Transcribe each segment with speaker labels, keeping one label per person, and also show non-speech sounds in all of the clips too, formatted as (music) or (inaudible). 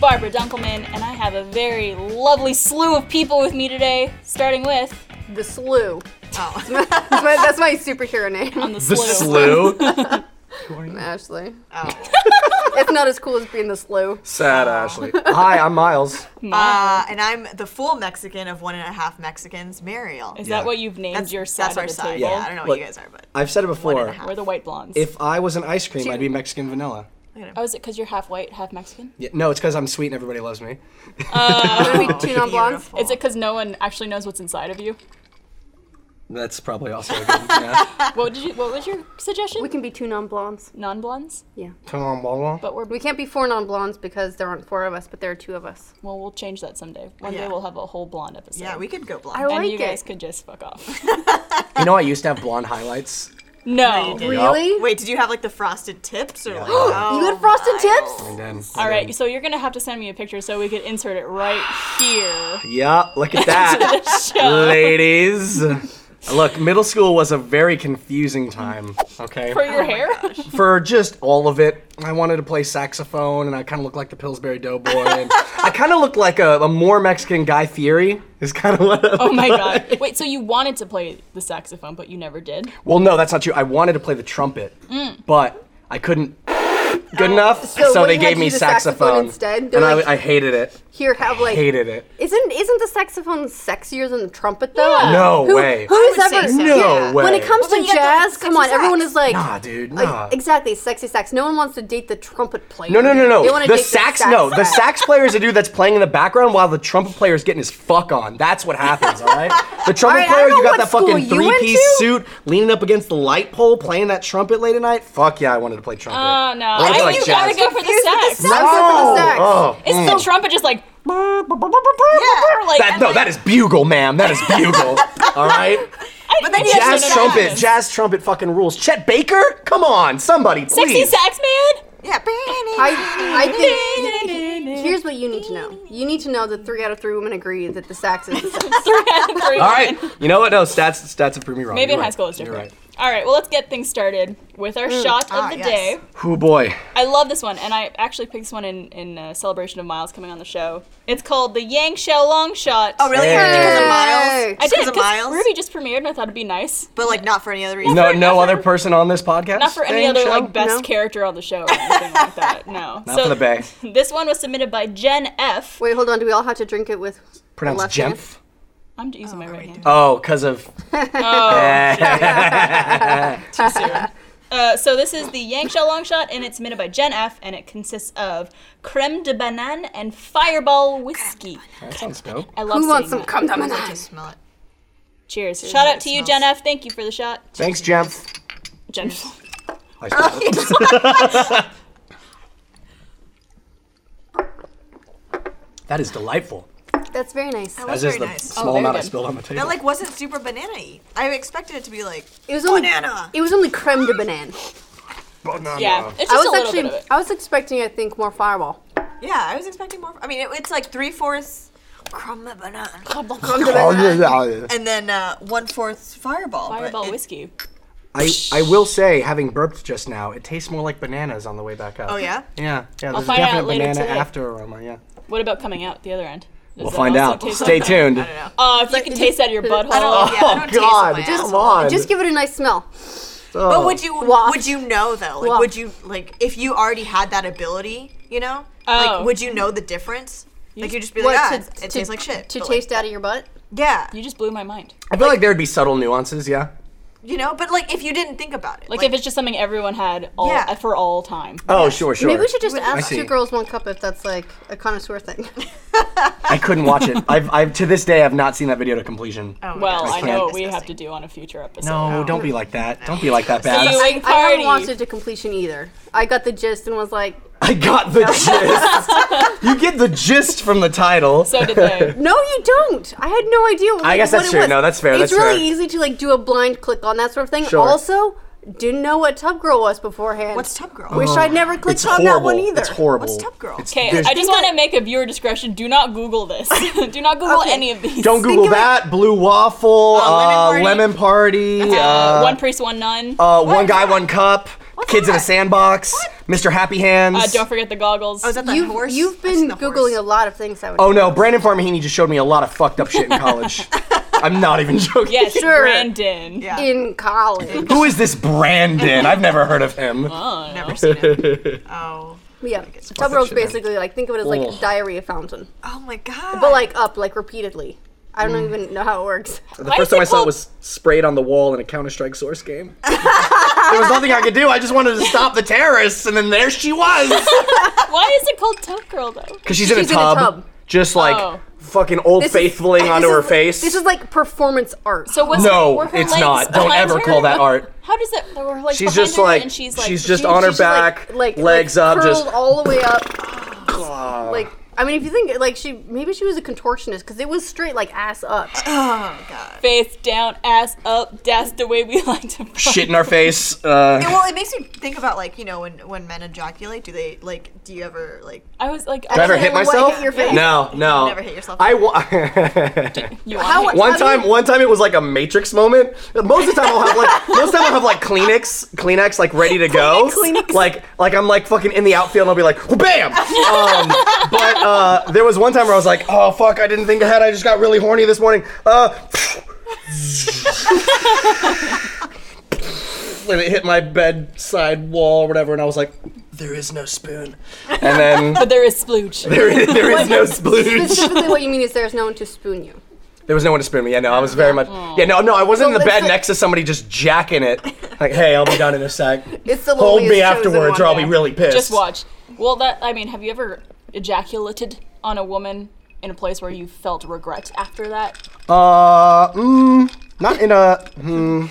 Speaker 1: Barbara Dunkelman, and I have a very lovely slew of people with me today, starting with
Speaker 2: The Slew. Oh, that's, my, that's my superhero name,
Speaker 3: Um,
Speaker 1: I'm the,
Speaker 4: The
Speaker 1: slew.
Speaker 4: slew.
Speaker 1: (laughs)
Speaker 2: Ashley.
Speaker 3: oh.
Speaker 2: (laughs) it's not as cool as being The Slew.
Speaker 4: Sad Ashley. Hi, I'm Miles.
Speaker 3: Uh, and I'm the full Mexican of one and a half Mexicans, Mariel.
Speaker 1: Is
Speaker 4: Yeah.
Speaker 1: that what you've named
Speaker 3: That's,
Speaker 1: your side
Speaker 3: that's our
Speaker 1: of the
Speaker 3: side.
Speaker 1: table?
Speaker 3: Yeah, I don't know what
Speaker 4: Look,
Speaker 3: you guys are, but
Speaker 4: I've said it
Speaker 3: and a
Speaker 4: before.
Speaker 3: half.
Speaker 1: We're the white blondes.
Speaker 4: If I was an ice cream, I'd be Mexican vanilla.
Speaker 1: oh, is it because you're half white, half Mexican?
Speaker 4: Yeah, no, it's because I'm sweet and everybody loves me.
Speaker 2: Are we
Speaker 3: (laughs)
Speaker 2: two non-blondes?
Speaker 3: Oh, beautiful.
Speaker 1: Is it because no one actually knows what's inside of you?
Speaker 4: That's probably also a good
Speaker 1: (laughs)
Speaker 4: yeah.
Speaker 1: What did you? What was your suggestion?
Speaker 2: We can be two non-blondes.
Speaker 1: Non-blondes,
Speaker 4: Come on, Bolo.
Speaker 1: but we're
Speaker 2: We can't be four non-blondes because there aren't four of us, but there are two of us.
Speaker 1: well. We'll change that someday. One day
Speaker 3: Yeah.
Speaker 1: we'll have a whole blonde episode.
Speaker 3: yeah, we could go blonde.
Speaker 2: I
Speaker 1: and
Speaker 2: like
Speaker 1: you guys
Speaker 2: it.
Speaker 1: could just fuck
Speaker 3: (laughs)
Speaker 1: off.
Speaker 4: You know, I used to have blonde highlights.
Speaker 1: no.
Speaker 3: didn't.
Speaker 2: Really?
Speaker 3: Wait, did you have like the frosted
Speaker 1: (gasps)
Speaker 3: tips or like? oh.
Speaker 2: You got frosted tips?
Speaker 4: And then,
Speaker 1: All right, so you're gonna have to send me a picture so we could insert it right
Speaker 3: (gasps)
Speaker 1: here.
Speaker 4: Yeah,
Speaker 1: (laughs)
Speaker 4: look at that, ladies. Look, middle school was a very confusing time. Okay.
Speaker 1: For
Speaker 3: Oh
Speaker 1: your hair?
Speaker 4: for just all of it. I wanted to play saxophone, and I kind of looked like the Pillsbury Doughboy. And
Speaker 2: (laughs)
Speaker 4: I kind of looked like a, a more Mexican Guy Fieri. Is kind of what. I
Speaker 1: Oh my
Speaker 4: (laughs)
Speaker 1: god. Wait, so you wanted to play the saxophone, but you never did?
Speaker 4: Well, no, that's not true. I wanted to play the trumpet, but I couldn't. Good enough, so,
Speaker 2: Mm. Oh, what
Speaker 4: they
Speaker 2: you had
Speaker 4: gave
Speaker 2: to
Speaker 4: me
Speaker 2: do the saxophone
Speaker 4: saxophone,
Speaker 2: instead?
Speaker 4: and
Speaker 2: They're
Speaker 4: I,
Speaker 2: like-
Speaker 4: I hated it.
Speaker 2: Here, have like.
Speaker 4: Hated it.
Speaker 2: Isn't isn't the saxophone sexier than the trumpet though?
Speaker 1: Yeah.
Speaker 4: No way.
Speaker 2: Who is
Speaker 3: would say
Speaker 2: ever?
Speaker 3: so.
Speaker 4: No way.
Speaker 2: When it comes
Speaker 3: Well,
Speaker 2: to
Speaker 3: then you got the
Speaker 2: jazz, come on,
Speaker 3: sexy
Speaker 2: everyone
Speaker 3: sax.
Speaker 2: is like,
Speaker 4: Nah, dude,
Speaker 2: like,
Speaker 4: nah.
Speaker 2: exactly, sexy sax. No one wants to date the trumpet player.
Speaker 4: No, no, no,
Speaker 2: They
Speaker 4: no.
Speaker 2: wanna
Speaker 4: The
Speaker 2: date
Speaker 4: sax, no. The
Speaker 2: sax.
Speaker 4: sax player is a dude that's playing in the background while the trumpet player is getting his fuck on. That's what happens, all right? The trumpet
Speaker 2: All right, I
Speaker 4: player,
Speaker 2: don't
Speaker 4: you
Speaker 2: know
Speaker 4: got that
Speaker 2: what school
Speaker 4: fucking
Speaker 2: you
Speaker 4: three
Speaker 2: went
Speaker 4: piece
Speaker 2: to.
Speaker 4: suit, leaning up against the light pole, playing that trumpet late at night. Fuck yeah, I wanted to play trumpet.
Speaker 1: Oh no.
Speaker 4: wanna
Speaker 1: I
Speaker 4: be
Speaker 1: think
Speaker 4: like
Speaker 1: you gotta
Speaker 4: jazz.
Speaker 1: go for the sax.
Speaker 4: no!
Speaker 2: I'm so for the sax.
Speaker 4: Oh.
Speaker 1: Isn't the trumpet just like
Speaker 3: Yeah.
Speaker 1: like
Speaker 4: That, no, that is bugle, ma'am. That is
Speaker 1: (laughs)
Speaker 4: bugle. all right?
Speaker 1: but then
Speaker 4: Jazz trumpet, jazz trumpet fucking rules. Chet Baker? Come on, somebody,
Speaker 1: Sexy
Speaker 4: please.
Speaker 1: sax man! (laughs)
Speaker 3: Yeah.
Speaker 2: I, I think here's what you need to know. You need to know that three out of three women agree that the sax is the sax.
Speaker 1: Three out of three.
Speaker 4: All right. You know what? No, stats stats have proved me wrong.
Speaker 1: Maybe in
Speaker 4: You're
Speaker 1: high
Speaker 4: right.
Speaker 1: school it's
Speaker 4: You're
Speaker 1: different.
Speaker 4: right.
Speaker 1: All right, well let's get things started with our shot of
Speaker 3: Ah,
Speaker 1: the
Speaker 3: yes.
Speaker 1: day.
Speaker 4: Oh boy.
Speaker 1: I love this one, and I actually picked this one in in uh, celebration of Miles coming on the show. It's called the Yang Shao Long Shot.
Speaker 3: Oh really?
Speaker 4: Hey.
Speaker 3: Because of
Speaker 2: Hey.
Speaker 3: Miles.
Speaker 1: I did
Speaker 3: Because of
Speaker 1: because
Speaker 3: Miles.
Speaker 1: Ruby just premiered, and I thought it'd be nice.
Speaker 3: But like not for any other reason.
Speaker 4: No, no other person on this podcast.
Speaker 1: Not for any
Speaker 4: Dang,
Speaker 1: other
Speaker 4: Shell?
Speaker 1: like best
Speaker 2: No.
Speaker 1: character on the show or anything like that. No.
Speaker 4: Not for the Bay.
Speaker 1: This one was submitted by Jen F.
Speaker 2: Wait, hold on. Do we all have to drink it with?
Speaker 4: Pronounced
Speaker 2: Left hand.
Speaker 4: Jempf.
Speaker 1: I'm using my right hand.
Speaker 4: Oh,
Speaker 2: (laughs)
Speaker 4: because of
Speaker 1: Too soon. Uh, so this is the Yang Shell Long Shot, and it's submitted by Jen F. And it consists of creme de banane and Fireball whiskey.
Speaker 4: that sounds dope.
Speaker 1: I love
Speaker 2: Who
Speaker 1: saying
Speaker 2: wants some
Speaker 1: that.
Speaker 2: come down
Speaker 3: I smell it.
Speaker 1: Cheers. Shout out to you,
Speaker 3: smells-
Speaker 1: Jen F. Thank you for the shot.
Speaker 4: Thanks, Jempf.
Speaker 1: Jen.
Speaker 4: I
Speaker 1: Oh,
Speaker 4: spelled it. (laughs) that is delightful.
Speaker 2: That's very nice.
Speaker 3: That was
Speaker 4: That's just
Speaker 3: very
Speaker 4: the
Speaker 3: nice.
Speaker 4: small
Speaker 1: very
Speaker 4: amount I
Speaker 1: good.
Speaker 4: spilled on the table.
Speaker 3: That like wasn't super banana-y. I expected it to be like
Speaker 2: It was only
Speaker 3: Banana.
Speaker 2: It was only creme de banane.
Speaker 4: Banana.
Speaker 1: Yeah, it's just
Speaker 2: I
Speaker 1: a
Speaker 2: was
Speaker 1: little
Speaker 2: actually
Speaker 1: bit of it.
Speaker 2: I was expecting I think more fireball.
Speaker 3: yeah. I was expecting more. I mean, it, it's like three fourths crumb of banana.
Speaker 2: Oh,
Speaker 3: and then uh, one fourth fireball. but
Speaker 1: Fireball
Speaker 3: it-
Speaker 1: whiskey.
Speaker 4: I, I will say, having burped just now, it tastes more like bananas on the way back up.
Speaker 3: Oh yeah.
Speaker 4: Yeah, yeah. There's a
Speaker 1: find out
Speaker 4: definite
Speaker 1: later
Speaker 4: banana
Speaker 1: today.
Speaker 4: after aroma. Yeah.
Speaker 1: What about coming out the other end? Does
Speaker 4: We'll
Speaker 1: that
Speaker 4: find
Speaker 1: also
Speaker 4: out.
Speaker 1: taste
Speaker 4: Stay
Speaker 1: like-
Speaker 4: tuned.
Speaker 1: Oh, if you can taste that out of your butthole.
Speaker 3: know. Yeah, I
Speaker 2: (laughs)
Speaker 3: don't
Speaker 4: oh
Speaker 3: taste
Speaker 4: God!
Speaker 3: my
Speaker 4: Come
Speaker 3: asshole.
Speaker 4: on.
Speaker 2: Just give it a nice smell. Oh.
Speaker 3: But would you
Speaker 2: Waft.
Speaker 3: would you know though? Like
Speaker 2: Waft.
Speaker 3: would you like if you already had that ability, you know?
Speaker 1: Oh.
Speaker 3: Like would you know the difference? Like you'd just be like, ah,
Speaker 2: to,
Speaker 3: it
Speaker 2: to-
Speaker 3: tastes like shit.
Speaker 2: To
Speaker 3: but, like,
Speaker 2: taste out of your butt.
Speaker 3: yeah,
Speaker 1: (laughs) You just blew my mind.
Speaker 4: I feel like there'd be subtle nuances. Yeah.
Speaker 3: you know. But like if you didn't think about it,
Speaker 1: Like, if it's just something everyone had all
Speaker 3: Yeah.
Speaker 1: for all time.
Speaker 4: Oh, sure, sure.
Speaker 2: Maybe we should just ask
Speaker 4: see.
Speaker 2: two girls one cup if that's like a
Speaker 1: (laughs)
Speaker 2: connoisseur thing.
Speaker 4: I couldn't watch it. I've, I've to this day I've not seen that video to completion.
Speaker 3: Oh my
Speaker 1: Well,
Speaker 3: gosh,
Speaker 1: I
Speaker 3: it's
Speaker 1: know
Speaker 4: can't-
Speaker 1: what we have to
Speaker 3: disgusting.
Speaker 1: do on a future episode.
Speaker 4: No, don't be like that. Don't be like that bad.
Speaker 1: You- Big
Speaker 2: I haven't
Speaker 1: party.
Speaker 2: watched it to completion either. I got the gist and was like,
Speaker 4: I got (laughs) the gist. you get the gist from the title.
Speaker 1: So did
Speaker 4: (laughs)
Speaker 1: they.
Speaker 2: No, you don't. I had no idea. What,
Speaker 4: I guess
Speaker 2: what
Speaker 4: that's
Speaker 2: it
Speaker 4: true.
Speaker 2: was.
Speaker 4: No, that's fair,
Speaker 2: It's
Speaker 4: that's
Speaker 2: really
Speaker 4: fair.
Speaker 2: easy to like do a blind click on that sort of thing.
Speaker 4: Sure.
Speaker 2: Also, didn't know what Tub Girl was beforehand.
Speaker 3: what's tub girl?
Speaker 2: Wish I'd never clicked
Speaker 4: it's
Speaker 2: on
Speaker 4: horrible.
Speaker 2: that one either.
Speaker 4: It's horrible.
Speaker 3: What's tub girl?
Speaker 4: It's-
Speaker 1: Okay,
Speaker 4: there's-
Speaker 1: I just want to make a viewer discretion. Do not Google this. (laughs) do not Google
Speaker 2: Okay.
Speaker 1: any of these.
Speaker 4: Don't Google
Speaker 2: of it-
Speaker 4: that. Blue waffle. Uh,
Speaker 3: Uh,
Speaker 4: lemon
Speaker 3: lemon
Speaker 4: party.
Speaker 1: Uh,
Speaker 4: uh,
Speaker 1: one priest, one nun.
Speaker 4: uh, one guy, one cup. Kids in a Sandbox, Mr. Happy Hands.
Speaker 1: Uh, don't forget the goggles.
Speaker 3: Oh, is that the
Speaker 2: You've,
Speaker 3: horse?
Speaker 2: you've
Speaker 3: I've seen
Speaker 2: been
Speaker 3: the
Speaker 2: googling
Speaker 3: horse.
Speaker 2: a lot of things. I would.
Speaker 4: oh no, Brandon Farmahini just showed me a lot of fucked up shit in
Speaker 2: (laughs)
Speaker 4: college. I'm not even joking. (laughs)
Speaker 1: yes,
Speaker 2: Sure.
Speaker 1: Brandon.
Speaker 3: Yeah.
Speaker 2: in
Speaker 3: (laughs)
Speaker 2: college.
Speaker 4: Who is this Brandon? I've never heard of him.
Speaker 2: Oh,
Speaker 3: Never seen it.
Speaker 2: (laughs)
Speaker 3: Oh.
Speaker 2: yeah, Tubro's
Speaker 4: shit, man.
Speaker 2: basically like think of it as like
Speaker 4: Ugh.
Speaker 2: a diarrhea fountain,
Speaker 3: Oh my god.
Speaker 2: but like up like repeatedly. I don't even know how it works.
Speaker 4: Hmm. The
Speaker 1: Why
Speaker 4: first
Speaker 1: is it
Speaker 4: time I saw it
Speaker 1: called-
Speaker 4: was sprayed on the wall in a Counter Strike Source game. (laughs) there was nothing I could do. I just wanted to stop the terrorists, and then there she
Speaker 2: (laughs)
Speaker 1: (laughs)
Speaker 4: was.
Speaker 1: Why is it called Tough Girl though?
Speaker 4: Because she's, in,
Speaker 2: She's
Speaker 4: a
Speaker 2: in a
Speaker 4: tub,
Speaker 2: tub.
Speaker 4: just like
Speaker 1: Oh.
Speaker 4: fucking old
Speaker 2: This is-
Speaker 4: faithfuling
Speaker 2: this
Speaker 4: onto
Speaker 2: is-
Speaker 4: her face.
Speaker 2: This is like performance art.
Speaker 1: So was
Speaker 4: No,
Speaker 1: were her
Speaker 4: it's
Speaker 1: legs
Speaker 4: not. Don't
Speaker 1: behind
Speaker 4: ever
Speaker 1: her?
Speaker 4: call that
Speaker 2: (laughs)
Speaker 4: art.
Speaker 1: How does that? Were her legs
Speaker 4: She's
Speaker 1: behind
Speaker 4: just
Speaker 1: her
Speaker 4: like-
Speaker 1: and she's like
Speaker 4: she's just on her
Speaker 2: she's just,
Speaker 4: back, legs up,
Speaker 2: curled
Speaker 4: just-
Speaker 2: all the way
Speaker 4: (sighs)
Speaker 2: up. like I mean, if you think like she maybe she was a contortionist because it was straight like ass
Speaker 4: (laughs)
Speaker 2: up.
Speaker 3: oh god.
Speaker 1: face down, ass up. That's the way we (laughs) like to. fuck.
Speaker 4: shit in our face. Uh,
Speaker 3: And, well, it makes me think about like you know when when men ejaculate, do they like do you ever like
Speaker 1: I was like,
Speaker 4: did I ever
Speaker 1: actually,
Speaker 4: hit
Speaker 2: Accidentally, what,
Speaker 4: myself?
Speaker 2: hit your face?
Speaker 4: No, no.
Speaker 3: never hit yourself.
Speaker 4: I wa- (laughs)
Speaker 1: You want
Speaker 2: How-
Speaker 1: me?
Speaker 4: one
Speaker 2: I
Speaker 4: time,
Speaker 2: mean-
Speaker 4: one time it was like a Matrix moment. Most of the time I'll
Speaker 2: (laughs)
Speaker 4: have like, most of the time I'll have like Kleenex, Kleenex like ready to go.
Speaker 2: Kleenex.
Speaker 4: Like, like I'm like fucking in the outfield and I'll be like, bam. Um, but uh, there was one time where I was like, oh fuck, I didn't think ahead. I just got really horny this morning. Uh, (laughs) and it hit my bedside wall, or whatever, and I was like, there is no spoon. And
Speaker 2: (laughs)
Speaker 4: then
Speaker 1: But there is splooge.
Speaker 4: there is, there is no splooge.
Speaker 2: Specifically, what you mean is there's no one to spoon you.
Speaker 4: There was no one to spoon me. Yeah, no, I was very much.
Speaker 2: Oh.
Speaker 4: Yeah, no, no, I wasn't in the
Speaker 2: So it's
Speaker 4: bed
Speaker 2: like-
Speaker 4: next to somebody just jacking it. Like, hey, I'll be done in a sec.
Speaker 2: (laughs) It's the
Speaker 4: Hold me
Speaker 2: loneliest
Speaker 4: afterwards,
Speaker 2: chosen
Speaker 4: or I'll
Speaker 2: one.
Speaker 4: be really pissed.
Speaker 1: Just watch. Well, that I mean, have you ever ejaculated on a woman in a place where you felt regret after that?
Speaker 4: Uh, mm, not in a.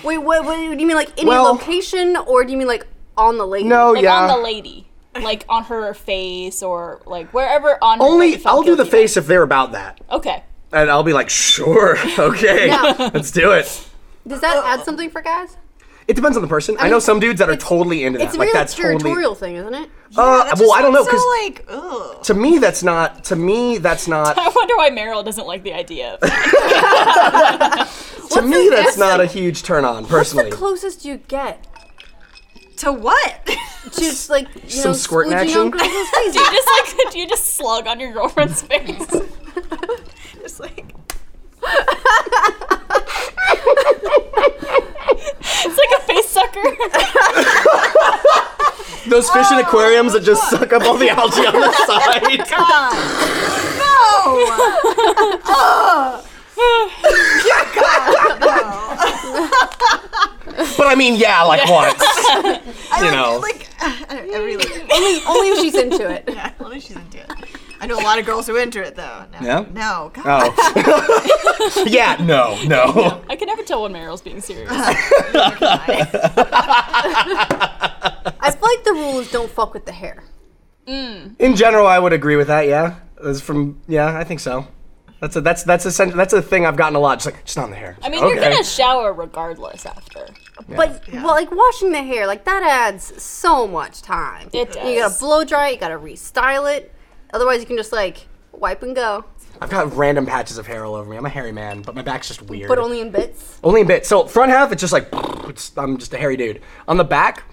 Speaker 2: Wait, what, what do you mean? Like in
Speaker 4: Well-
Speaker 2: a location, or do you mean like on the lake?
Speaker 4: No,
Speaker 1: Like
Speaker 4: yeah.
Speaker 1: on the lady, like on her face or like wherever on. her that you
Speaker 4: Only
Speaker 1: felt
Speaker 4: I'll do the
Speaker 1: guilty
Speaker 4: face if they're about that,
Speaker 1: about. Okay.
Speaker 4: and I'll be like, sure, (laughs) okay,
Speaker 2: No.
Speaker 4: (laughs) let's do it.
Speaker 2: Does that
Speaker 4: Uh,
Speaker 2: add something for guys?
Speaker 4: It depends on the person. I, know
Speaker 2: mean,
Speaker 4: some dudes that are
Speaker 2: it's-
Speaker 4: totally into that.
Speaker 2: It's a
Speaker 4: like
Speaker 2: very
Speaker 4: that's totally.
Speaker 2: territorial thing, isn't it?
Speaker 4: Uh,
Speaker 3: Oh That
Speaker 4: well,
Speaker 3: just
Speaker 4: I don't know
Speaker 3: sounds
Speaker 4: because
Speaker 3: So like, ugh.
Speaker 4: to me that's not. To me that's not.
Speaker 1: (laughs) I wonder why Meryl doesn't like the idea. of it.
Speaker 4: to me that's not a huge turn on personally.
Speaker 2: What's the closest you get
Speaker 3: To what? (laughs)
Speaker 2: to just like you know
Speaker 4: Some squirt
Speaker 2: squeegee
Speaker 4: action?
Speaker 2: on girls'
Speaker 1: (laughs)
Speaker 2: faces?
Speaker 1: you just like do you just slug on your girlfriend's face?
Speaker 3: just like (laughs)
Speaker 1: It's like a face sucker. (laughs)
Speaker 4: Those fish
Speaker 1: Oh,
Speaker 4: in aquariums that just suck up all the algae on
Speaker 1: (laughs)
Speaker 4: the side.
Speaker 3: no.
Speaker 4: But I mean, yeah,
Speaker 1: (laughs)
Speaker 4: like once. you know.
Speaker 3: like (laughs) I don't, I really
Speaker 2: only, only if she's into it.
Speaker 3: only she's into it. I know a lot of girls who are into it though. No.
Speaker 4: Yeah?
Speaker 3: No. God.
Speaker 4: oh.
Speaker 1: (laughs)
Speaker 4: yeah, (laughs) no, no.
Speaker 1: I can never tell when Meryl's being serious.
Speaker 2: I feel like the rule is don't fuck with the hair.
Speaker 4: In general, I would agree with that. Yeah, As from yeah, I think so. That's a that's that's a sen- that's a thing I've gotten a lot. Just like just on the hair.
Speaker 1: I mean, you're gonna shower regardless after.
Speaker 2: But well, like washing the hair, like that adds so much time.
Speaker 1: It
Speaker 2: You gotta
Speaker 1: does.
Speaker 2: blow dry it. You gotta restyle it. Otherwise, you can just like wipe and go,
Speaker 4: I've got random patches of hair all over me. I'm a hairy man, but my back's just weird.
Speaker 2: but only in bits.
Speaker 4: Only a bit. So front half, it's just like it's, I'm just a hairy dude. On the back,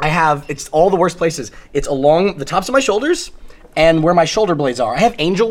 Speaker 4: I have it's all the worst places. It's along the tops of my shoulders and where my shoulder blades are. I have angel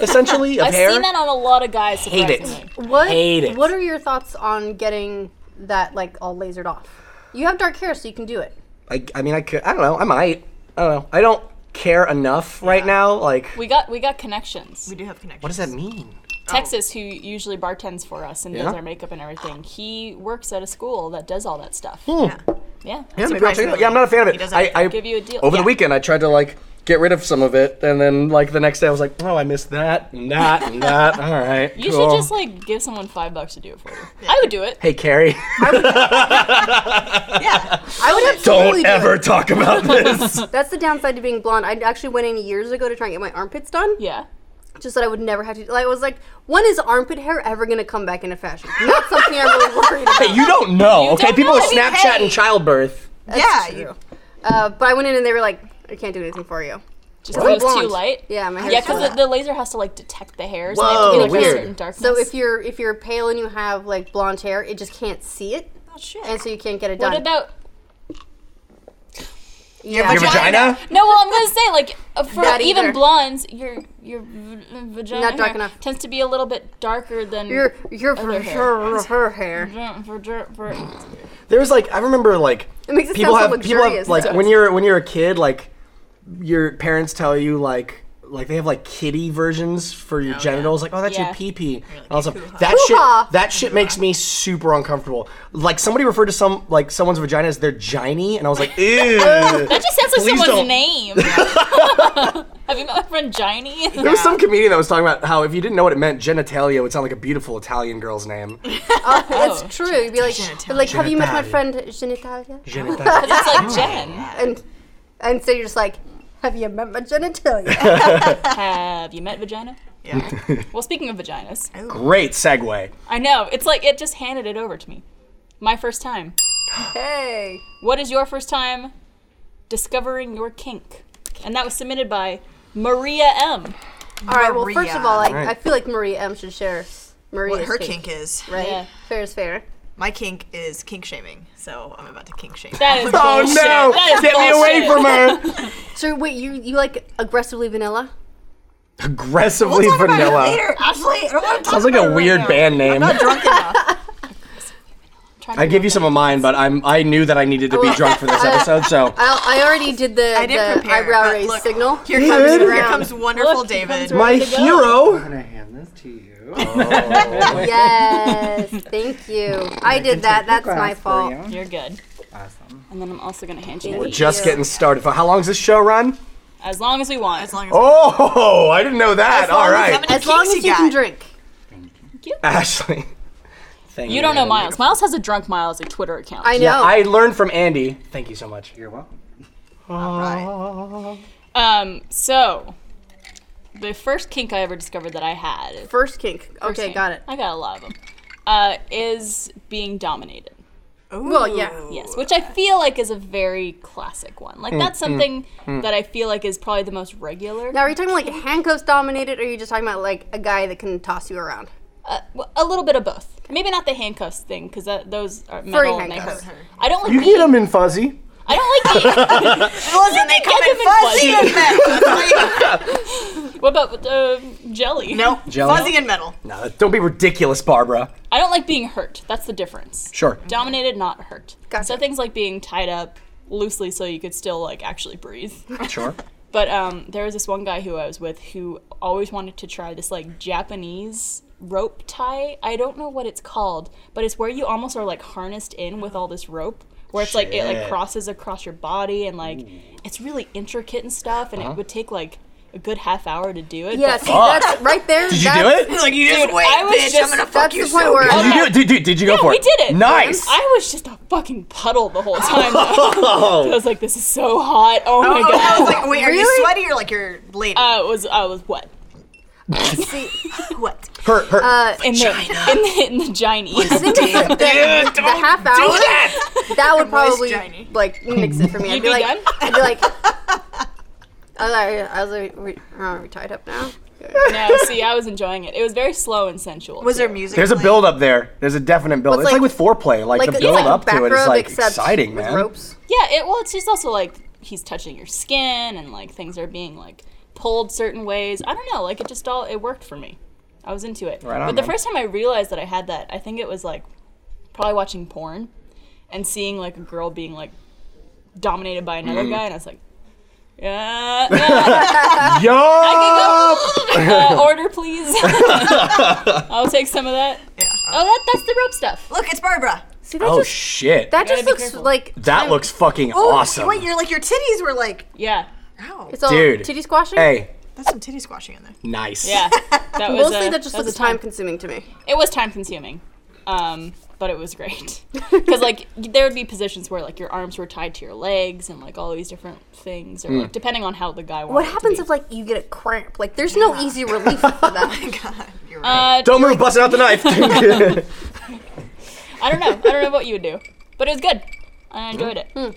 Speaker 1: (laughs)
Speaker 4: essentially of
Speaker 1: I've
Speaker 4: hair.
Speaker 1: seen that on a lot of guys.
Speaker 4: Hate
Speaker 1: Surprisingly.
Speaker 4: it.
Speaker 2: What?
Speaker 4: Hate it.
Speaker 2: What are your thoughts on getting that like all lasered off? You have dark hair, so you can do it.
Speaker 4: I, I mean, I could. I don't know. I might. I don't know. I don't care enough right now. Like,
Speaker 1: We got we got connections.
Speaker 3: We do have connections.
Speaker 4: what does that mean?
Speaker 1: Texas, who usually bartends for us and does
Speaker 4: Yeah.
Speaker 1: our makeup and everything, he works at a school that does all that stuff. Yeah.
Speaker 4: Hmm. Yeah, maybe I'll check it out. Yeah, I'm not a fan
Speaker 3: He
Speaker 4: of it.
Speaker 3: doesn't
Speaker 4: I, I
Speaker 1: give you a deal.
Speaker 4: Over
Speaker 1: Yeah.
Speaker 4: the weekend, I tried to like get rid of some of it, and then like the next day, I was like, oh, I missed that and that
Speaker 1: (laughs)
Speaker 4: and that. All right,
Speaker 1: You
Speaker 4: cool.
Speaker 1: should just like give someone five bucks to do it for you. I would do it. (laughs)
Speaker 4: Hey, Carrie. (laughs)
Speaker 3: Yeah.
Speaker 2: I would absolutely
Speaker 4: Don't
Speaker 2: do
Speaker 4: ever
Speaker 2: it.
Speaker 4: talk
Speaker 1: (laughs)
Speaker 4: about this.
Speaker 2: That's the downside to being blonde. I actually went in years ago to try and get my armpits done.
Speaker 1: Yeah.
Speaker 2: Just that I would never have to. Like, I was like, when is armpit hair ever gonna come back into fashion? Not something I'm really
Speaker 1: (laughs)
Speaker 2: worried about.
Speaker 4: Hey, you don't know, okay?
Speaker 1: don't
Speaker 4: People
Speaker 1: know.
Speaker 4: are
Speaker 1: I mean,
Speaker 4: Snapchat
Speaker 1: hey.
Speaker 4: and childbirth.
Speaker 3: yeah.
Speaker 2: That's
Speaker 3: You,
Speaker 2: true. Uh, but I went in and they were like, I can't do anything for you.
Speaker 1: Just because it's too
Speaker 2: blonde.
Speaker 1: light.
Speaker 2: Yeah, my hair's
Speaker 1: Yeah,
Speaker 2: too
Speaker 1: because the,
Speaker 2: light.
Speaker 1: the laser has to like detect the hairs. and they have to
Speaker 4: Whoa,
Speaker 1: be, like,
Speaker 4: weird.
Speaker 1: A certain darkness.
Speaker 2: So if you're if you're pale and you have like blonde hair, it just can't see it,
Speaker 3: oh shit.
Speaker 2: and so you can't get it done.
Speaker 1: what about
Speaker 2: Yeah.
Speaker 4: Your vagina?
Speaker 5: No, well, I'm gonna say like uh, for
Speaker 2: Not
Speaker 5: even
Speaker 2: either.
Speaker 5: blondes, your your v- vagina
Speaker 2: Not dark
Speaker 5: hair
Speaker 2: enough.
Speaker 5: tends to be a little bit darker than
Speaker 2: Your your her,
Speaker 5: Other
Speaker 2: her, her hair.
Speaker 5: for, for, for
Speaker 4: There's like I remember like
Speaker 2: It makes it
Speaker 4: people
Speaker 2: sound
Speaker 4: have
Speaker 2: so
Speaker 4: people have
Speaker 2: luxurious,
Speaker 4: like
Speaker 2: though.
Speaker 4: when you're when you're a kid like your parents tell you like like they have like kitty versions for your genitals like oh that's
Speaker 1: Yeah.
Speaker 4: your pee pee also that shit
Speaker 2: Hoo-ha.
Speaker 4: that shit makes me super uncomfortable like somebody referred to some like someone's vagina as their giny and I was
Speaker 2: (laughs)
Speaker 4: like ew
Speaker 1: That just sounds like
Speaker 4: Please
Speaker 1: someone's
Speaker 4: don't.
Speaker 1: name.
Speaker 4: (laughs)
Speaker 1: Have you met my friend Johnny?
Speaker 4: there was some comedian that was talking about how if you didn't know what it meant genitalia would sound like a beautiful Italian
Speaker 1: (laughs)
Speaker 4: girl's name
Speaker 2: Oh, (laughs) it's true. You'd be like,
Speaker 3: Genitalia.
Speaker 2: like, have you met my
Speaker 4: Genitalia.
Speaker 2: friend Genitalia?
Speaker 4: genitalia
Speaker 1: It's like Jen.
Speaker 2: And and so you're just like, have you met my (laughs) genitalia?
Speaker 1: Have you met vagina?
Speaker 3: (laughs) Yeah.
Speaker 1: Well, speaking of vaginas,
Speaker 4: great segue
Speaker 1: I know it's like it just handed it over to me. My first time.
Speaker 2: hey,
Speaker 1: What is your first time discovering your kink? And that was submitted by Maria M.
Speaker 2: all right. Well, first of all, I,
Speaker 4: Right.
Speaker 2: I feel like Maria M should share Maria's
Speaker 3: what her kink is.
Speaker 2: right?
Speaker 1: Yeah.
Speaker 2: Fair is fair.
Speaker 3: My kink is kink shaming, so I'm about to kink shame.
Speaker 1: That is
Speaker 4: oh
Speaker 1: bullshit.
Speaker 4: no
Speaker 1: That is
Speaker 4: get me away
Speaker 1: bullshit.
Speaker 4: from her
Speaker 2: So wait, you you like aggressively vanilla?
Speaker 4: aggressively vanilla.
Speaker 3: later, Ashley. I don't want to talk
Speaker 4: Sounds like
Speaker 3: about
Speaker 4: a
Speaker 3: it
Speaker 4: weird
Speaker 3: right now.
Speaker 4: band name.
Speaker 3: I'm drunk (laughs) enough.
Speaker 4: I gave you some of mine, but I'm I knew that I needed to be drunk
Speaker 3: (laughs)
Speaker 4: for this episode, so
Speaker 2: I, I already did the,
Speaker 3: I did
Speaker 2: the
Speaker 3: prepare.
Speaker 2: eyebrow
Speaker 3: but
Speaker 2: raise
Speaker 3: look,
Speaker 2: signal.
Speaker 3: Here comes,
Speaker 4: did?
Speaker 3: here
Speaker 2: Brown.
Speaker 3: comes wonderful
Speaker 1: Look, here
Speaker 3: David.
Speaker 1: comes
Speaker 4: my
Speaker 1: to go.
Speaker 4: hero.
Speaker 2: yes, thank
Speaker 4: (laughs)
Speaker 2: you. I did that. That's my fault.
Speaker 1: You're good. Awesome. And then I'm also gonna hand you
Speaker 4: We're
Speaker 1: these.
Speaker 4: just getting started. How long's this show run?
Speaker 1: as long as we want.
Speaker 3: As long as
Speaker 4: Oh, I didn't know that.
Speaker 3: long
Speaker 4: All
Speaker 3: as
Speaker 4: right,
Speaker 3: I'm in-
Speaker 2: As long
Speaker 3: kinks
Speaker 2: as
Speaker 3: you
Speaker 2: you can
Speaker 3: got?
Speaker 2: drink.
Speaker 4: Ashley. Thank
Speaker 1: you don't know
Speaker 4: Andy.
Speaker 1: Miles. Miles has a drunk Miles a Twitter account.
Speaker 2: I know.
Speaker 4: Yeah, I learned from Andy. Thank you so much. You're welcome.
Speaker 3: right.
Speaker 1: Um, so the first kink I ever discovered that I had.
Speaker 2: First kink. okay,
Speaker 1: kink,
Speaker 2: got it.
Speaker 1: I got a lot of them. Uh, is being dominated.
Speaker 2: Well, yeah.
Speaker 1: Yes, which I feel like is a very classic one. Like that's something that I feel like is probably the most regular.
Speaker 2: Now, are you talking like handcuffs dominated, or are you just talking about like a guy that can toss you around?
Speaker 1: Uh, well, a little bit of both. Maybe not the handcuffs thing because those are metal and they
Speaker 2: handcuffs.
Speaker 1: hurt. I don't like.
Speaker 4: You
Speaker 1: the-
Speaker 4: get him in fuzzy.
Speaker 1: I don't like the.
Speaker 3: Listen, they come
Speaker 1: get
Speaker 3: in
Speaker 1: them in
Speaker 3: fuzzy and
Speaker 2: (laughs)
Speaker 3: metal.
Speaker 1: what about uh, jelly?
Speaker 3: (laughs) no,
Speaker 4: Jelly?
Speaker 3: fuzzy and metal.
Speaker 4: No, don't be ridiculous, Barbara.
Speaker 1: I don't like being hurt. That's the difference.
Speaker 4: Sure.
Speaker 1: Dominated, not hurt.
Speaker 2: Gotcha.
Speaker 1: So things like being tied up loosely so you could still like actually breathe. (laughs)
Speaker 4: Sure.
Speaker 1: But um, there was this one guy who I was with who always wanted to try this like Japanese rope tie. I don't know what it's called, but it's where you almost are like harnessed in with all this rope, where it's like it like
Speaker 4: Shit.
Speaker 1: crosses across your body and like it's really intricate and stuff, and
Speaker 4: Uh-huh.
Speaker 1: it would take like a good half hour to do it.
Speaker 2: Yeah,
Speaker 1: but-
Speaker 2: see, that's right there.
Speaker 4: Did you
Speaker 2: that's,
Speaker 4: do it?
Speaker 3: It's like you just
Speaker 1: Dude,
Speaker 3: wait,
Speaker 1: I was
Speaker 3: bitch.
Speaker 1: just-
Speaker 3: I'm gonna
Speaker 2: That's
Speaker 3: fuck you
Speaker 2: the
Speaker 3: so
Speaker 2: point where
Speaker 3: good.
Speaker 4: Did you do it? Did, did, did you go for
Speaker 1: we
Speaker 4: it?
Speaker 1: did it.
Speaker 4: Nice.
Speaker 1: I was just a fucking puddle the whole
Speaker 4: (laughs)
Speaker 1: time. though.
Speaker 4: Oh,
Speaker 1: I was like, this is so hot. Oh my
Speaker 3: Oh, (laughs) I
Speaker 1: god.
Speaker 3: was like, wait, are you
Speaker 2: Really?
Speaker 3: sweaty or like you're
Speaker 1: (laughs)
Speaker 3: late?
Speaker 1: I was I was wet. (laughs)
Speaker 3: what?
Speaker 4: Her, her.
Speaker 3: Uh,
Speaker 1: In the in the in the
Speaker 2: I
Speaker 1: Chinese.
Speaker 2: think the, the half hour (laughs) that. would probably
Speaker 3: Johnny.
Speaker 2: like mix it for me. I'd
Speaker 1: You'd
Speaker 2: be
Speaker 1: be
Speaker 2: like,
Speaker 1: done?
Speaker 2: I'd be like, (laughs) I was like, I was like, we, uh, are we tied up now?
Speaker 1: no, see, I was enjoying it. It was very slow and sensual.
Speaker 3: Was there music?
Speaker 4: There's a
Speaker 3: playing?
Speaker 4: build up there. There's a definite build.
Speaker 2: Well,
Speaker 4: It's,
Speaker 2: it's
Speaker 4: like, with foreplay. Like, the
Speaker 2: it's
Speaker 4: build up
Speaker 2: back
Speaker 4: to it is
Speaker 2: rub,
Speaker 4: like
Speaker 2: except
Speaker 4: exciting,
Speaker 2: with
Speaker 4: man.
Speaker 2: Ropes.
Speaker 1: Yeah, it well, it's just also like he's touching your skin and like things are being like pulled certain ways. I don't know, like it just all it worked for me. I was into it.
Speaker 4: Right on,
Speaker 1: but the
Speaker 4: man.
Speaker 1: first time I realized that I had that, I think it was like probably watching porn and seeing like a girl being like dominated by another guy and I was like yeah, yeah,
Speaker 2: (laughs)
Speaker 4: (laughs) Yup.
Speaker 1: uh, order please. (laughs) I'll take some of that.
Speaker 3: Yeah.
Speaker 1: Oh, that, that's the rope stuff.
Speaker 3: Look, it's Barbara.
Speaker 2: See, that
Speaker 4: Oh
Speaker 2: just
Speaker 4: shit. That,
Speaker 2: that just
Speaker 1: be
Speaker 2: looks
Speaker 1: careful.
Speaker 2: like
Speaker 4: looks fucking
Speaker 3: Oh,
Speaker 4: awesome.
Speaker 3: Wait, you're like your titties were like.
Speaker 1: Yeah,
Speaker 3: Ow.
Speaker 2: it's all
Speaker 4: Dude.
Speaker 2: titty squashing.
Speaker 4: hey,
Speaker 3: That's some titty squashing in there.
Speaker 1: Uh,
Speaker 4: nice.
Speaker 1: yeah. That was
Speaker 2: Mostly
Speaker 1: a-
Speaker 2: that just
Speaker 1: was
Speaker 2: looks
Speaker 1: a
Speaker 2: time consuming to me.
Speaker 1: it was time consuming um, but it was great (laughs) because like there would be positions where like your arms were tied to your legs and like all these different things or like
Speaker 4: Hmm.
Speaker 1: depending on how the guy wanted
Speaker 2: What
Speaker 1: it to
Speaker 2: happens
Speaker 1: be.
Speaker 2: if like you get a cramp? Like, there's no (laughs) easy relief for that.
Speaker 3: God, you're right.
Speaker 1: uh,
Speaker 4: Don't move, busting out
Speaker 2: (laughs)
Speaker 4: the knife.
Speaker 1: i don't know i don't know what you would do but it was good
Speaker 4: Hmm.
Speaker 1: i enjoyed it
Speaker 2: Hmm.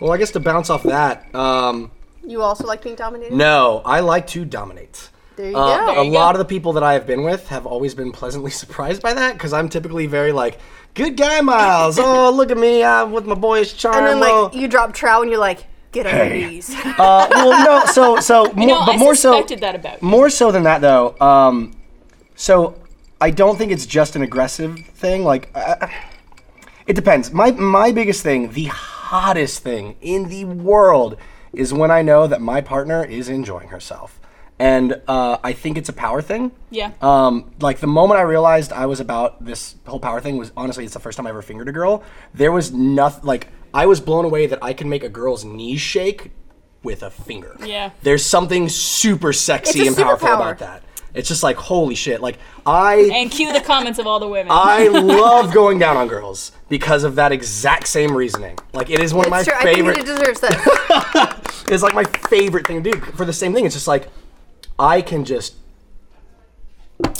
Speaker 4: well, I guess to bounce off that, um,
Speaker 2: You also like being dominated?
Speaker 4: no, I like to dominate.
Speaker 2: There you
Speaker 4: Uh,
Speaker 2: go.
Speaker 4: a
Speaker 1: you
Speaker 4: lot
Speaker 1: go.
Speaker 4: of the people that I have been with have always been pleasantly (laughs) surprised by that because I'm typically very like,
Speaker 2: (laughs)
Speaker 4: good guy, Miles. oh, look at me. I'm with my boyish charm.
Speaker 2: And then
Speaker 4: oh."
Speaker 2: like you drop trow and you're like, Get on your knees.
Speaker 4: Uh, well, no. So, so, more,
Speaker 1: No,
Speaker 4: but
Speaker 1: I
Speaker 4: more so,
Speaker 1: suspected that about you.
Speaker 4: more so than that though. Um, so, I don't think it's just an aggressive thing. Like, uh, it depends. My my biggest thing, the hottest thing in the world, is when I know that my partner is enjoying herself, and uh, I think it's a power thing.
Speaker 1: Yeah.
Speaker 4: Um, like the moment I realized I was about this whole power thing was honestly it's the first time I ever fingered a girl. There was nothing like I was blown away that I can make a girl's knees shake with a finger.
Speaker 1: Yeah.
Speaker 4: There's something super sexy
Speaker 2: It's a
Speaker 4: and powerful
Speaker 2: superpower.
Speaker 4: about that. It's just like holy shit. Like I
Speaker 1: and cue the comments of all the women.
Speaker 2: (laughs)
Speaker 4: I love going down on girls because of that exact same reasoning. Like it is one of my
Speaker 2: It's true. I
Speaker 4: favorite
Speaker 2: think that it deserves
Speaker 4: (laughs)
Speaker 2: that.
Speaker 4: it's like my favorite thing to do for the same thing. It's just like I can just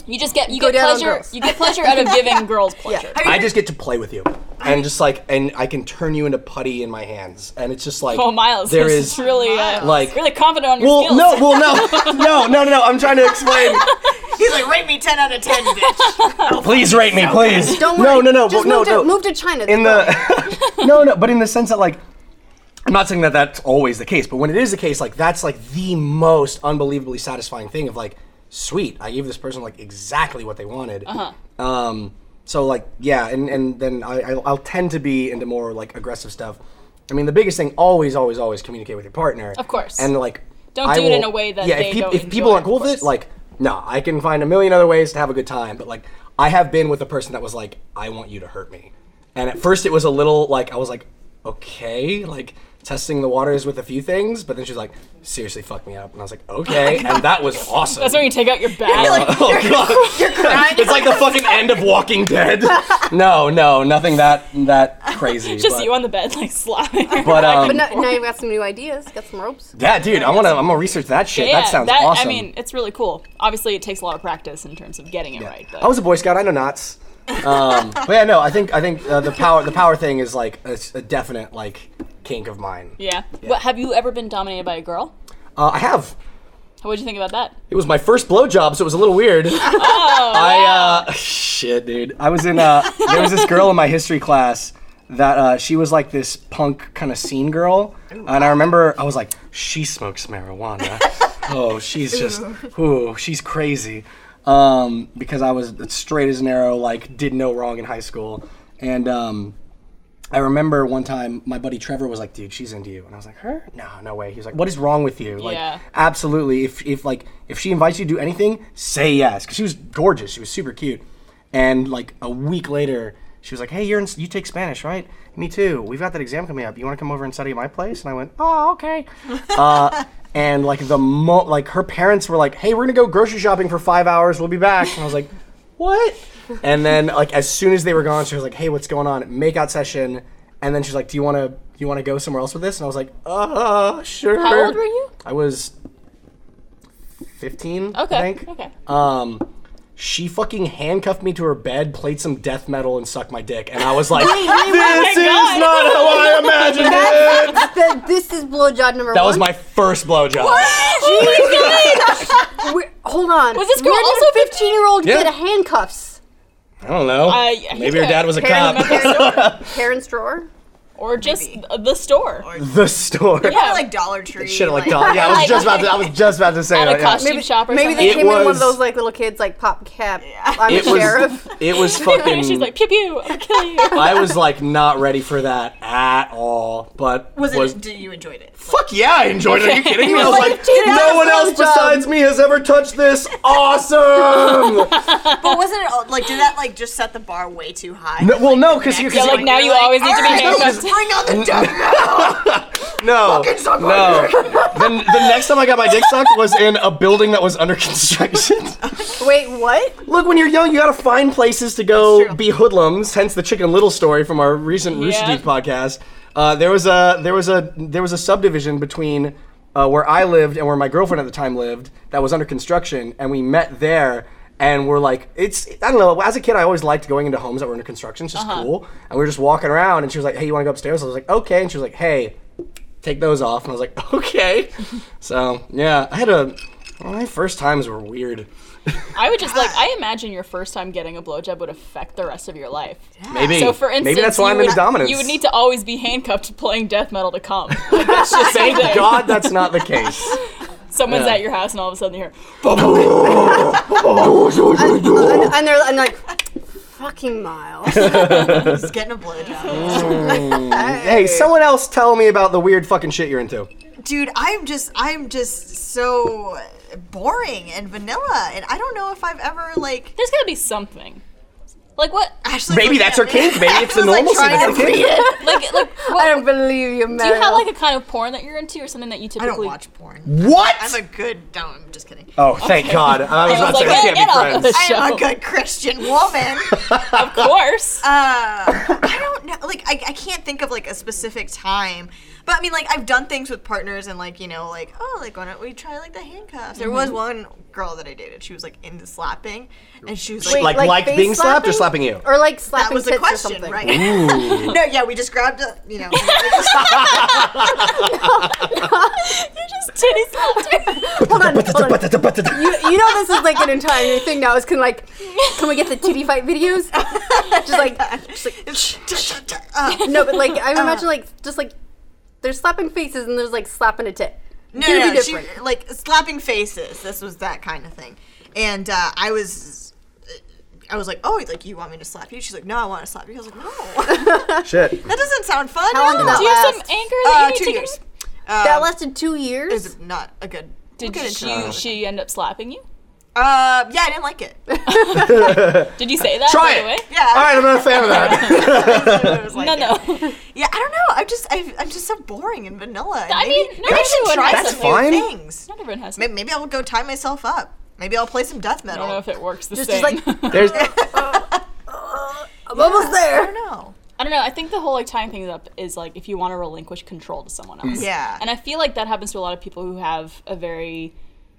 Speaker 1: you just get you
Speaker 2: Go
Speaker 1: get
Speaker 2: down on
Speaker 1: pleasure.
Speaker 2: girls.
Speaker 1: You get pleasure
Speaker 2: (laughs)
Speaker 1: out of giving girls pleasure.
Speaker 4: I just get to play with you. And just like, and I can turn you into putty in my hands, and it's just like,
Speaker 1: Oh, Miles,
Speaker 4: there
Speaker 1: this
Speaker 4: is
Speaker 1: is really uh,
Speaker 4: like-
Speaker 1: really confident on your
Speaker 4: well,
Speaker 1: skills.
Speaker 4: no, well,
Speaker 1: (laughs)
Speaker 4: no, no, no, no, no. I'm trying to explain.
Speaker 3: He's like, rate me 10 out of
Speaker 1: (laughs)
Speaker 3: 10, bitch.
Speaker 4: please rate me, please.
Speaker 2: Don't worry.
Speaker 4: no, no, no,
Speaker 2: Just
Speaker 4: but no,
Speaker 2: move, to,
Speaker 4: no.
Speaker 2: move to China.
Speaker 4: in the (laughs)
Speaker 1: (laughs)
Speaker 4: no, no, but in the sense that like. I'm not saying that that's always the case, but when it is the case, like that's like the most unbelievably satisfying thing of like, sweet, I gave this person like exactly what they wanted. Uh-huh. Um, so like, yeah, and and then I I'll, I'll tend to be into more like aggressive stuff. I mean, the biggest thing always, always, always communicate with your partner. Of
Speaker 1: course.
Speaker 4: And like,
Speaker 1: Don't
Speaker 4: I
Speaker 1: do it in
Speaker 4: will-
Speaker 1: a way that
Speaker 4: yeah.
Speaker 1: they
Speaker 4: if, peop-
Speaker 1: don't
Speaker 4: if people
Speaker 1: enjoy,
Speaker 4: aren't cool
Speaker 1: of
Speaker 4: with it,
Speaker 1: course.
Speaker 4: like, no, I can find a million other ways to have a good time. But like, I have been with a person that was like, I want you to hurt me, and at first it was a little like I was like, okay, like testing the waters with a few things, but then she was like, seriously, fuck me up, and I was like, okay, and that was awesome.
Speaker 1: Oh That's when you take out your bat.
Speaker 4: (laughs) Oh, God. it's like the fucking end of
Speaker 1: (laughs)
Speaker 4: Walking Dead. No, no, nothing that that crazy.
Speaker 1: just
Speaker 4: but,
Speaker 1: you on the bed, like (laughs) slapping.
Speaker 4: but, um,
Speaker 2: But now, now you've got some new ideas. Got some
Speaker 4: (laughs)
Speaker 2: ropes.
Speaker 4: yeah, dude, I wanna I'm gonna research that shit.
Speaker 1: yeah,
Speaker 4: that sounds
Speaker 1: that,
Speaker 4: awesome.
Speaker 1: I mean, it's really cool. Obviously, it takes a lot of practice in terms of getting it right. But
Speaker 4: I was a Boy Scout. I know knots. Um, but yeah, no, I think I think uh, the power the power thing is like a, s- a definite like kink of mine.
Speaker 1: yeah. What, have you ever been dominated by a girl?
Speaker 4: Uh, I have.
Speaker 1: What would you think about that?
Speaker 4: It was my first blowjob, so it was a little weird. (laughs) I uh, (laughs) shit, dude. I was in (laughs) uh, there was this girl in my history class that uh, she was like this punk kind of scene girl, and I remember I was like, she smokes marijuana. (laughs) oh, she's just, ooh, she's crazy. Um, because I was straight as an arrow, like did no wrong in high school, and um. I remember one time my buddy Trevor was like, "Dude, she's into you," and I was like, "Her? No, no way." He was like, "What is wrong with you?" Like,
Speaker 1: Yeah.
Speaker 4: absolutely. If if like if she invites you to do anything, say yes because she was gorgeous. She was super cute, and like a week later, she was like, "Hey, you're in, you take Spanish, right? Me too. We've got that exam coming up. You want to come over and study at my place?" And I went, "Oh, okay." uh, and like the mo like her parents were like, "Hey, we're gonna go grocery shopping for five hours. We'll be back." And I was like, "What?" (laughs) And then like as soon as they were gone, she was like, "Hey, what's going on? Makeout session." And then she's like, "Do you want to do you want to go somewhere else with this?" And I was like, "Uh, sure."
Speaker 1: How old were you?
Speaker 4: I was 15,
Speaker 1: Okay.
Speaker 4: I think.
Speaker 1: Okay. (laughs)
Speaker 4: Um, she fucking handcuffed me to her bed, played some death metal, and sucked my dick. And I was like, this is not how I imagined it.
Speaker 2: Th- this is blowjob number one.
Speaker 4: That was my first blowjob.
Speaker 2: Where- hold on. Was
Speaker 1: this girl
Speaker 2: Where
Speaker 1: also
Speaker 2: did a 15 year old
Speaker 4: Yeah.
Speaker 2: get a handcuffs?
Speaker 4: I don't know.
Speaker 1: Uh, yeah,
Speaker 4: Maybe her
Speaker 1: yeah.
Speaker 4: dad was a
Speaker 2: Parents,
Speaker 4: cop.
Speaker 2: parents, parents drawer.
Speaker 1: Or just the store? (laughs)
Speaker 4: (laughs) the store.
Speaker 1: Yeah.
Speaker 3: Kinda like Dollar Tree.
Speaker 4: Shit,
Speaker 1: (laughs)
Speaker 4: like, dog. Yeah, I was just about to. I was just about to say
Speaker 1: At a
Speaker 4: that, yeah.
Speaker 1: costume shop or
Speaker 2: Maybe
Speaker 1: something?
Speaker 2: they
Speaker 4: It
Speaker 2: came in one
Speaker 4: was-
Speaker 2: of those like little kids like pop cap. I'm
Speaker 4: It
Speaker 2: a sheriff. (laughs)
Speaker 4: (laughs) was. It was fucking.
Speaker 1: She's like, pew pew, I'll kill you.
Speaker 4: (laughs) I was like not ready for that at all. But
Speaker 3: (laughs) Was it, did you
Speaker 1: (laughs)
Speaker 3: enjoyed it?
Speaker 4: Fuck yeah, I enjoyed it. Are you kidding me? I was
Speaker 2: like,
Speaker 4: like,
Speaker 2: "Dude, that was
Speaker 4: no one
Speaker 2: a
Speaker 4: else
Speaker 2: blowjob."
Speaker 4: besides me has ever touched this. Awesome.
Speaker 3: But wasn't it, all- like, did that, like just set the bar way too high?
Speaker 4: No- well, no, because
Speaker 3: Next
Speaker 4: because
Speaker 3: one,
Speaker 1: like, now
Speaker 3: you're
Speaker 1: you always need to be
Speaker 3: "Alright,
Speaker 1: handcuffed."
Speaker 3: Bring on the
Speaker 4: (laughs) no, no. Then the next time I got my dick sucked was in a building that was under construction.
Speaker 2: Wait, what?
Speaker 4: Look, when you're young, you gotta find places to go be hoodlums. Hence the Chicken Little story from our recent Rooster
Speaker 1: Yeah.
Speaker 4: Teeth podcast. Uh, there was a there was a there was a subdivision between uh, where I lived and where my girlfriend at the time lived that was under construction, and we met there. And we're like, it's I don't know. As a kid, I always liked going into homes that were under construction. It's just cool. And we were just walking around, and she was like, "Hey, you want to go upstairs?" I was like, "Okay." And she was (laughs) like, "Hey, take those off." And I was like, "Okay." so yeah, I had a Well, my first times were weird. (laughs)
Speaker 1: I would just like I imagine your first time getting a blowjob would affect the rest of your life.
Speaker 4: Maybe.
Speaker 1: So for instance,
Speaker 4: maybe that's why
Speaker 1: you
Speaker 4: I'm
Speaker 1: would,
Speaker 4: into dominance.
Speaker 1: You would need to always be handcuffed playing death metal to
Speaker 4: (laughs)
Speaker 1: come. Like, that's just
Speaker 4: Thank
Speaker 1: something.
Speaker 4: God that's not the case.
Speaker 1: Someone's
Speaker 4: Yeah.
Speaker 1: at your house and all of a sudden you hear
Speaker 2: And, and they're and like, fucking Miles.
Speaker 3: Just getting a blowjob.
Speaker 4: hey, someone else tell me about the weird fucking shit you're into.
Speaker 3: dude i'm just i'm just so boring and vanilla and i don't know if i've ever like
Speaker 1: there's gotta be something. Like what?
Speaker 3: actually
Speaker 4: Maybe
Speaker 3: looking
Speaker 4: that's
Speaker 3: at
Speaker 4: her kink.
Speaker 3: me-
Speaker 4: Maybe
Speaker 1: (laughs)
Speaker 4: it's
Speaker 3: (laughs)
Speaker 4: the
Speaker 3: I was, like,
Speaker 4: normalcy
Speaker 3: trying
Speaker 4: that's
Speaker 3: to-
Speaker 4: her kink.
Speaker 1: Like
Speaker 4: (laughs)
Speaker 1: like
Speaker 2: I
Speaker 1: what?
Speaker 2: don't believe you,
Speaker 1: Do
Speaker 2: Meryl.
Speaker 1: you have like a kind of porn that you're into or something that you
Speaker 3: i
Speaker 1: typically
Speaker 3: don't watch porn
Speaker 4: What?
Speaker 3: (laughs) i'm a good no i'm just kidding
Speaker 4: oh, thank God. I was
Speaker 1: I
Speaker 4: about
Speaker 1: was
Speaker 4: to
Speaker 1: like,
Speaker 4: say, we
Speaker 1: get off
Speaker 4: can't
Speaker 1: of
Speaker 4: be
Speaker 1: the
Speaker 4: friends.
Speaker 1: show.
Speaker 3: i'm a good christian woman
Speaker 1: (laughs) Of course. (laughs)
Speaker 3: Uh, I don't know. Like, I, I can't think of like a specific time. But I mean, like, I've done things with partners and like, you know, like, oh, like, why don't we try like the handcuffs? There was one girl that I dated. She was like into slapping, and she was like,
Speaker 4: Wait, like- like
Speaker 2: face
Speaker 4: being slapped or slapping you?
Speaker 2: Or like
Speaker 3: that
Speaker 2: slapping
Speaker 3: was the
Speaker 2: tits or
Speaker 3: question,
Speaker 2: something.
Speaker 3: right? (laughs) no, yeah, we just grabbed a, you know.
Speaker 1: Titty slapped
Speaker 3: (laughs)
Speaker 1: her.
Speaker 2: Hold on, hold on. You, you know this is like
Speaker 4: (laughs)
Speaker 2: an entire new thing now. Is can like, can we get the titty fight videos? just like, just
Speaker 3: (laughs)
Speaker 2: like
Speaker 3: uh,
Speaker 2: no, but like I imagine like just like there's slapping faces and there's like slapping a tit.
Speaker 3: no,
Speaker 2: Gonna
Speaker 3: no,
Speaker 2: be
Speaker 3: no, she,
Speaker 2: different.
Speaker 3: like slapping faces. This was that kind of thing, and uh, I was. I was like, oh, like you want me to slap you? She's like, no, I want to slap you. I was like, no, (laughs)
Speaker 4: Shit.
Speaker 3: that doesn't sound fun.
Speaker 2: How long did
Speaker 3: no.
Speaker 2: that
Speaker 1: Do you have some
Speaker 2: Last,
Speaker 1: anger that
Speaker 3: Uh,
Speaker 1: you need
Speaker 3: two
Speaker 1: to
Speaker 3: years.
Speaker 1: get?
Speaker 3: Uh,
Speaker 2: That lasted two years.
Speaker 3: is not a good.
Speaker 1: Did
Speaker 3: we'll get into
Speaker 1: she
Speaker 3: that.
Speaker 1: she end up slapping you?
Speaker 3: Uh, yeah, I didn't like it. (laughs) Yeah,
Speaker 1: Did you say that
Speaker 4: Try
Speaker 1: right
Speaker 4: it.
Speaker 1: away?
Speaker 4: All right, I'm not a fan
Speaker 1: (laughs)
Speaker 4: of that.
Speaker 3: I was like,
Speaker 1: No, no.
Speaker 3: (laughs)
Speaker 1: (laughs)
Speaker 3: Yeah, I don't know. I'm just, i I'm just so boring and vanilla. And
Speaker 1: I
Speaker 3: maybe,
Speaker 1: mean,
Speaker 3: maybe I
Speaker 1: nobody
Speaker 3: should
Speaker 1: would
Speaker 3: try
Speaker 1: have
Speaker 3: some
Speaker 4: something. Fine.
Speaker 3: new things.
Speaker 1: Not everyone has.
Speaker 3: Maybe, maybe I'll go tie myself up. Maybe I'll play some death
Speaker 1: I
Speaker 3: metal.
Speaker 1: don't know if it works the
Speaker 2: Just-
Speaker 1: same. (laughs)
Speaker 2: just like-
Speaker 4: There's,
Speaker 2: Uh, I'm almost
Speaker 3: I
Speaker 2: there.
Speaker 3: don't know.
Speaker 1: I don't know. I think the whole like tying things up is like if you want to relinquish control to someone else.
Speaker 3: Mm. Yeah.
Speaker 1: And I feel like that happens to a lot of people who have a very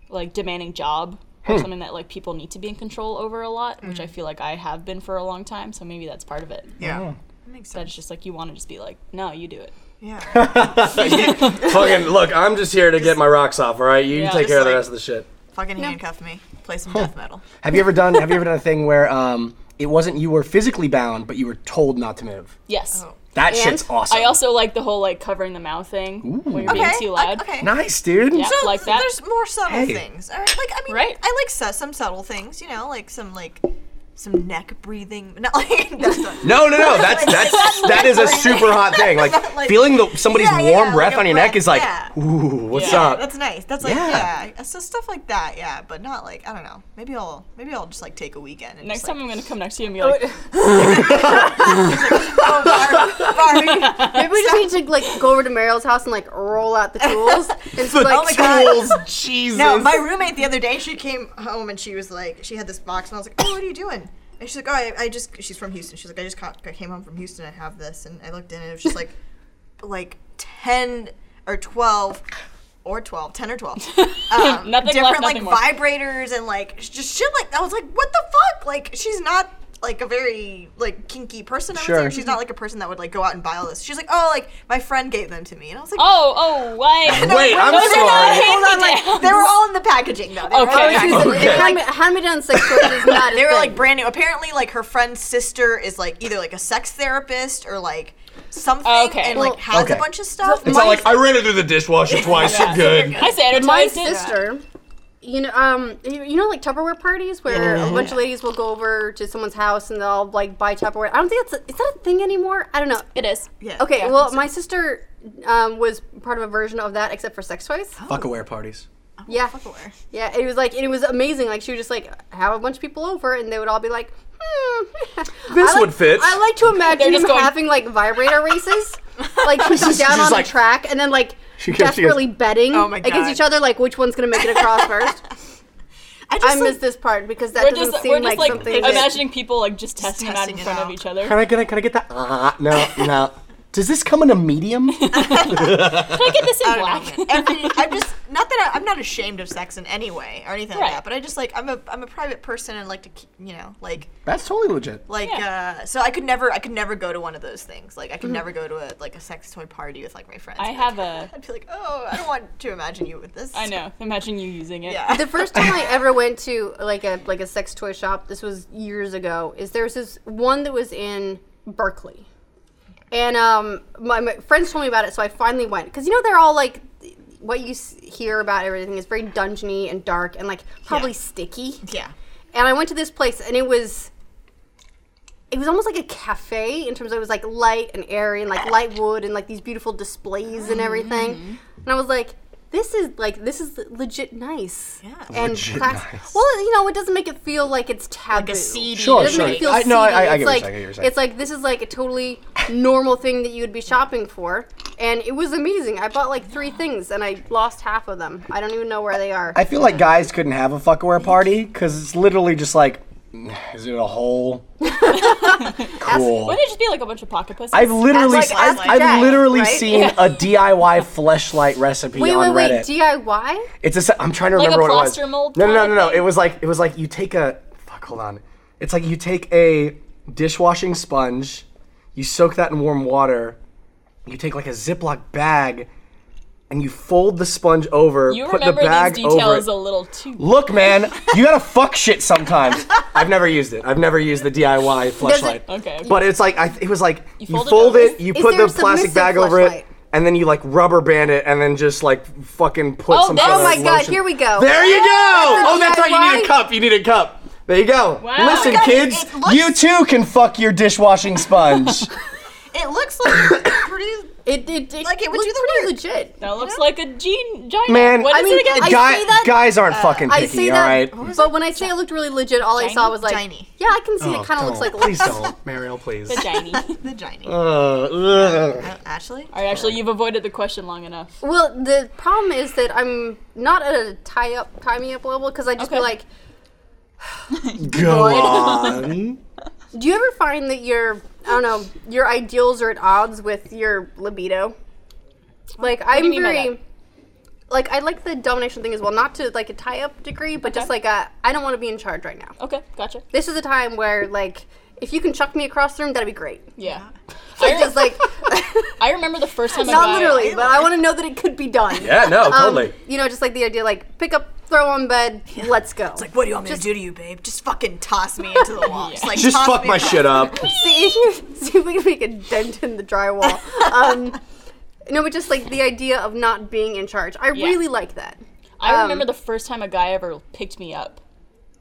Speaker 1: like demanding job or something that like people need to be in control over a lot, which I feel like I have been for a long time. So maybe that's part of it.
Speaker 3: yeah. That makes
Speaker 1: That
Speaker 3: sense.
Speaker 1: it's just like you want to just be like, no, you do it.
Speaker 3: Yeah.
Speaker 4: fucking look. I'm just here to get my rocks off. All right, you
Speaker 1: Yeah.
Speaker 4: take
Speaker 1: Just
Speaker 4: care of the
Speaker 3: like-
Speaker 4: rest of the shit.
Speaker 3: Fucking handcuff me. Play some death metal.
Speaker 4: Have you ever done? Have you ever done a thing where um, it wasn't you were physically bound, but you were told not to move?
Speaker 1: Yes.
Speaker 3: Oh.
Speaker 4: That shit's awesome.
Speaker 1: I also like the whole like covering the mouth thing when you're
Speaker 3: Okay.
Speaker 1: being too
Speaker 3: I-
Speaker 1: loud.
Speaker 3: okay.
Speaker 4: nice, dude.
Speaker 1: Yeah.
Speaker 3: So
Speaker 1: like that.
Speaker 3: there's more subtle
Speaker 4: Hey.
Speaker 3: things. All right. Like I mean,
Speaker 1: Right.
Speaker 3: I like su- some subtle things. You know, like some like some neck breathing. (laughs) Not like that's not,
Speaker 4: No, no,
Speaker 3: (laughs)
Speaker 4: no. That's that's that is a super hot thing. Like
Speaker 3: Like-
Speaker 4: feeling the somebody's
Speaker 3: Yeah, yeah,
Speaker 4: warm
Speaker 3: like
Speaker 4: breath
Speaker 3: a
Speaker 4: on your neck
Speaker 3: breath,
Speaker 4: is like,
Speaker 3: yeah.
Speaker 4: ooh, what's
Speaker 1: Yeah,
Speaker 4: up?
Speaker 3: That's nice. That's like
Speaker 4: Yeah.
Speaker 3: yeah. uh, So stuff like that, yeah, but not like I don't know. Maybe I'll maybe I'll just like take a weekend and
Speaker 1: Next
Speaker 3: just,
Speaker 1: time I'm gonna come next to you and be like,
Speaker 3: like, oh, (laughs) bar, bar.
Speaker 2: Maybe we just need to like go over to Meryl's house and like roll out the tools and just be like,
Speaker 3: Oh my
Speaker 2: (laughs)
Speaker 3: God.
Speaker 4: Jesus.
Speaker 3: (laughs) No, my roommate the other day she came home and she was like she had this box and I was like, oh, what are you doing? And she's like, oh, I, I just she's from Houston. She's like, I just caught, I came home from Houston. I have this and I looked in and it was just like like ten or twelve. Or 12, 10
Speaker 1: (laughs)
Speaker 3: or 12. Um,
Speaker 1: Nothing left,
Speaker 3: different
Speaker 1: nothing more.
Speaker 3: like vibrators and like sh- just shit like I was like, what the fuck? Like she's not like a very like kinky person. I would say.
Speaker 4: Sure.
Speaker 3: or She's not like a person that would like go out and buy all this. She's like, oh, like my friend gave them to me, and I was like,
Speaker 1: oh, oh,
Speaker 3: (laughs)
Speaker 4: (laughs)
Speaker 1: why?
Speaker 4: Wait, I'm
Speaker 1: Those are not
Speaker 4: sorry.
Speaker 1: hand
Speaker 3: Hold on,
Speaker 1: me
Speaker 3: like, they were all in the packaging though. They were all in
Speaker 1: Okay.
Speaker 3: the packaging.
Speaker 4: Okay.
Speaker 2: hand, me, hand me down sex toys is
Speaker 3: (laughs)
Speaker 2: not. a
Speaker 3: They were
Speaker 2: thing.
Speaker 3: like brand new. Apparently, like her friend's sister is like either like a sex therapist or like something,
Speaker 1: Okay.
Speaker 3: and like
Speaker 2: Well,
Speaker 3: has
Speaker 4: okay.
Speaker 3: a bunch of stuff.
Speaker 4: It's not like I ran it through the dishwasher twice. You're good.
Speaker 1: I sanitized
Speaker 2: my
Speaker 1: it.
Speaker 2: sister. You know, um, you you know, like Tupperware parties where
Speaker 3: Mm-hmm.
Speaker 2: a bunch of ladies will go over to someone's house and they'll like buy Tupperware. I don't think that's a, is that a thing anymore. I don't know.
Speaker 1: It is.
Speaker 3: yeah.
Speaker 2: Okay,
Speaker 3: Yeah.
Speaker 2: well, my sister um, was part of a version of that, except for sex toys.
Speaker 4: Fuck aware parties.
Speaker 2: yeah,
Speaker 3: Tupperware.
Speaker 2: yeah. It was like it was amazing. Like she would just like have a bunch of people over, and they would all be like, "Hmm,
Speaker 4: (laughs) This
Speaker 2: I like-
Speaker 4: would fit.
Speaker 2: I like to imagine
Speaker 1: just
Speaker 2: them
Speaker 1: going-
Speaker 2: having like vibrator races.
Speaker 4: (laughs)
Speaker 2: like she's
Speaker 4: She's
Speaker 2: down
Speaker 4: just
Speaker 2: on
Speaker 4: like-
Speaker 2: a track, and then like
Speaker 4: (laughs) She goes- she goes,
Speaker 2: desperately betting
Speaker 3: "Oh my God."
Speaker 2: against each other, like which one's gonna make
Speaker 1: (laughs)
Speaker 2: it across first.
Speaker 3: I just
Speaker 2: I
Speaker 3: like,
Speaker 2: missed this part because that
Speaker 1: We're
Speaker 2: doesn't
Speaker 1: just,
Speaker 2: seem
Speaker 1: we're just
Speaker 2: like
Speaker 1: like,
Speaker 2: something. that-
Speaker 1: imagining people like just testing, them out
Speaker 3: testing
Speaker 1: in
Speaker 3: it
Speaker 1: front of
Speaker 3: out.
Speaker 1: each other.
Speaker 4: Can I get? Can I get that? Uh, Ah, no, no. Does this come in
Speaker 3: (laughs)
Speaker 4: a medium?
Speaker 1: Can I get this in
Speaker 3: I (laughs) don't
Speaker 1: black?
Speaker 3: know, Oh, man. Every- I'm just not that I, I'm not ashamed of sex in any way or anything like
Speaker 1: Right.
Speaker 3: that, but I just like I'm a I'm a private person and like to keep- you know like
Speaker 4: That's totally legit.
Speaker 3: like uh so I could never I could never go to one of those things. Like I could never go to a like a sex toy party with like my friends.
Speaker 1: (laughs) I
Speaker 3: Like,
Speaker 1: have a.
Speaker 3: I'd be like, oh, I don't want to imagine you with this.
Speaker 1: I know. Imagine you using it.
Speaker 3: Yeah.
Speaker 2: (laughs) The first time I ever went to like a like a sex toy shop, this was years ago. Is there was this one that was in Berkeley, and um, my, my friends told me about it, so I finally went because you know they're all like what you s- hear about everything is very dungeony and dark and like probably sticky.
Speaker 3: Yeah.
Speaker 2: And I went to this place, and it was it was almost like a cafe in terms of it was like light and airy and like light wood and like these beautiful displays and everything. And I was like, this is like this is legit nice.
Speaker 3: Yeah.
Speaker 2: And
Speaker 4: Legit
Speaker 2: class-
Speaker 4: nice.
Speaker 2: Well, you know, it doesn't make it feel like it's taboo.
Speaker 4: Sure,
Speaker 2: It doesn't
Speaker 4: sure.
Speaker 2: make it feel
Speaker 4: I-
Speaker 2: seedy.
Speaker 4: no, I- I- I
Speaker 2: it's
Speaker 4: get what you're
Speaker 2: like
Speaker 4: saying, I get what you're saying.
Speaker 2: it's like this is like a totally normal thing that you would be shopping for, and it was amazing. I bought like three things, and I lost half of them. I don't even know where they are.
Speaker 4: I feel like guys couldn't have a fuckaware party because it's literally just like, "Mm, is it a
Speaker 3: (laughs)
Speaker 4: hole? cool.
Speaker 1: Wouldn't it just be like a bunch of pocket pussies?
Speaker 4: Oh. I've literally,
Speaker 2: Like,
Speaker 4: I've,
Speaker 2: ask
Speaker 4: I've
Speaker 2: Jack,
Speaker 4: literally
Speaker 2: right?
Speaker 4: seen a DIY fleshlight recipe
Speaker 2: wait,
Speaker 4: on
Speaker 2: wait, wait!
Speaker 4: Reddit.
Speaker 2: DIY?
Speaker 4: It's a. se- I'm trying to
Speaker 1: Like a
Speaker 4: remember what it was.
Speaker 1: plaster mold
Speaker 4: No, no, no,
Speaker 1: kind
Speaker 4: no,
Speaker 1: of
Speaker 4: no.
Speaker 1: thing?
Speaker 4: It was like it was like you take a. Fuck, hold on. It's like you take a dishwashing sponge, you soak that in warm water, you take like a Ziploc bag, and you fold the sponge over,
Speaker 1: you
Speaker 4: put the
Speaker 1: remember
Speaker 4: bag
Speaker 1: these details a
Speaker 4: over. it.
Speaker 1: little too.
Speaker 4: Look, man, you gotta fuck shit sometimes. I've never used it. I've never used the DIY flashlight.
Speaker 1: Okay.
Speaker 4: But it's like I, th- it was like you,
Speaker 1: fold it
Speaker 4: fold
Speaker 1: over.
Speaker 4: it, you
Speaker 2: Is
Speaker 4: put
Speaker 2: there
Speaker 4: the
Speaker 2: a
Speaker 4: plastic
Speaker 2: submissive
Speaker 4: bag over it,
Speaker 2: fleshlight?
Speaker 4: and then you like rubber band it, and then just like fucking put
Speaker 1: Oh,
Speaker 4: some.
Speaker 1: that-
Speaker 4: sort
Speaker 2: Oh
Speaker 4: of
Speaker 2: my God!
Speaker 4: lotion.
Speaker 2: Here we go.
Speaker 4: There you go. Oh, that's right. You need
Speaker 2: DIY?
Speaker 4: a cup. You need a cup. There you go.
Speaker 1: Wow.
Speaker 4: Listen,
Speaker 3: Oh my God, it-
Speaker 4: kids,
Speaker 3: it looks-
Speaker 4: you too can fuck your dishwashing sponge.
Speaker 3: It looks
Speaker 4: (coughs)
Speaker 3: like pretty.
Speaker 2: It, it, it
Speaker 3: Like, it would
Speaker 2: looks
Speaker 3: do the
Speaker 2: pretty
Speaker 3: work.
Speaker 2: legit.
Speaker 1: That looks like a gene giant.
Speaker 4: Man,
Speaker 1: what is
Speaker 2: I mean,
Speaker 1: it again?
Speaker 2: (laughs) I
Speaker 4: Guy-
Speaker 2: say that- Uh,
Speaker 4: guys aren't fucking picky,
Speaker 2: I see
Speaker 4: all
Speaker 2: that,
Speaker 4: right?
Speaker 2: but when I say it looked really legit, all I saw was like,
Speaker 3: Giny?
Speaker 2: yeah, I can see
Speaker 4: Oh,
Speaker 2: it kind of
Speaker 4: don't.
Speaker 2: looks like.
Speaker 4: Please don't, Mariel. Please.
Speaker 1: (laughs) Vaginy.
Speaker 3: The giny.
Speaker 4: Uh, ugh.
Speaker 3: Ashley?
Speaker 1: All right, actually, you've avoided the question long enough.
Speaker 2: Well, the problem is that I'm not at a tie up, tie me up level because I just be
Speaker 1: Okay.
Speaker 2: like,
Speaker 4: Go on.
Speaker 2: do you ever find that your, I don't know, your ideals are at odds with your libido? Like I'm
Speaker 1: mean by
Speaker 2: very, like I like the domination thing as well, not to like a tie up degree, but just like a, I don't want to be in charge right now.
Speaker 1: Okay, gotcha.
Speaker 2: This is a time where like. If you can chuck me across the room, that'd
Speaker 1: (laughs)
Speaker 2: be great.
Speaker 1: Yeah.
Speaker 2: Like, (laughs) just like
Speaker 1: (laughs) I remember the first time
Speaker 2: Not
Speaker 1: I got
Speaker 2: literally, but I want to know that it could be done.
Speaker 4: (laughs) Yeah, no,
Speaker 2: Um,
Speaker 4: totally.
Speaker 2: you know, just like the idea, like pick up, throw on bed, let's go.
Speaker 3: Like, what do you want me to do to you, babe? Just fucking toss me into (laughs) the wall. Just, like,
Speaker 4: Just
Speaker 3: toss
Speaker 4: fuck
Speaker 3: me
Speaker 4: my
Speaker 3: across.
Speaker 2: (laughs)
Speaker 4: shit up.
Speaker 2: (laughs) see, if- see if we can make a dent in the drywall.
Speaker 1: (laughs)
Speaker 2: Um, no, but just like the idea of not being in charge. I really like that. um,
Speaker 1: I remember the first time a guy ever picked me up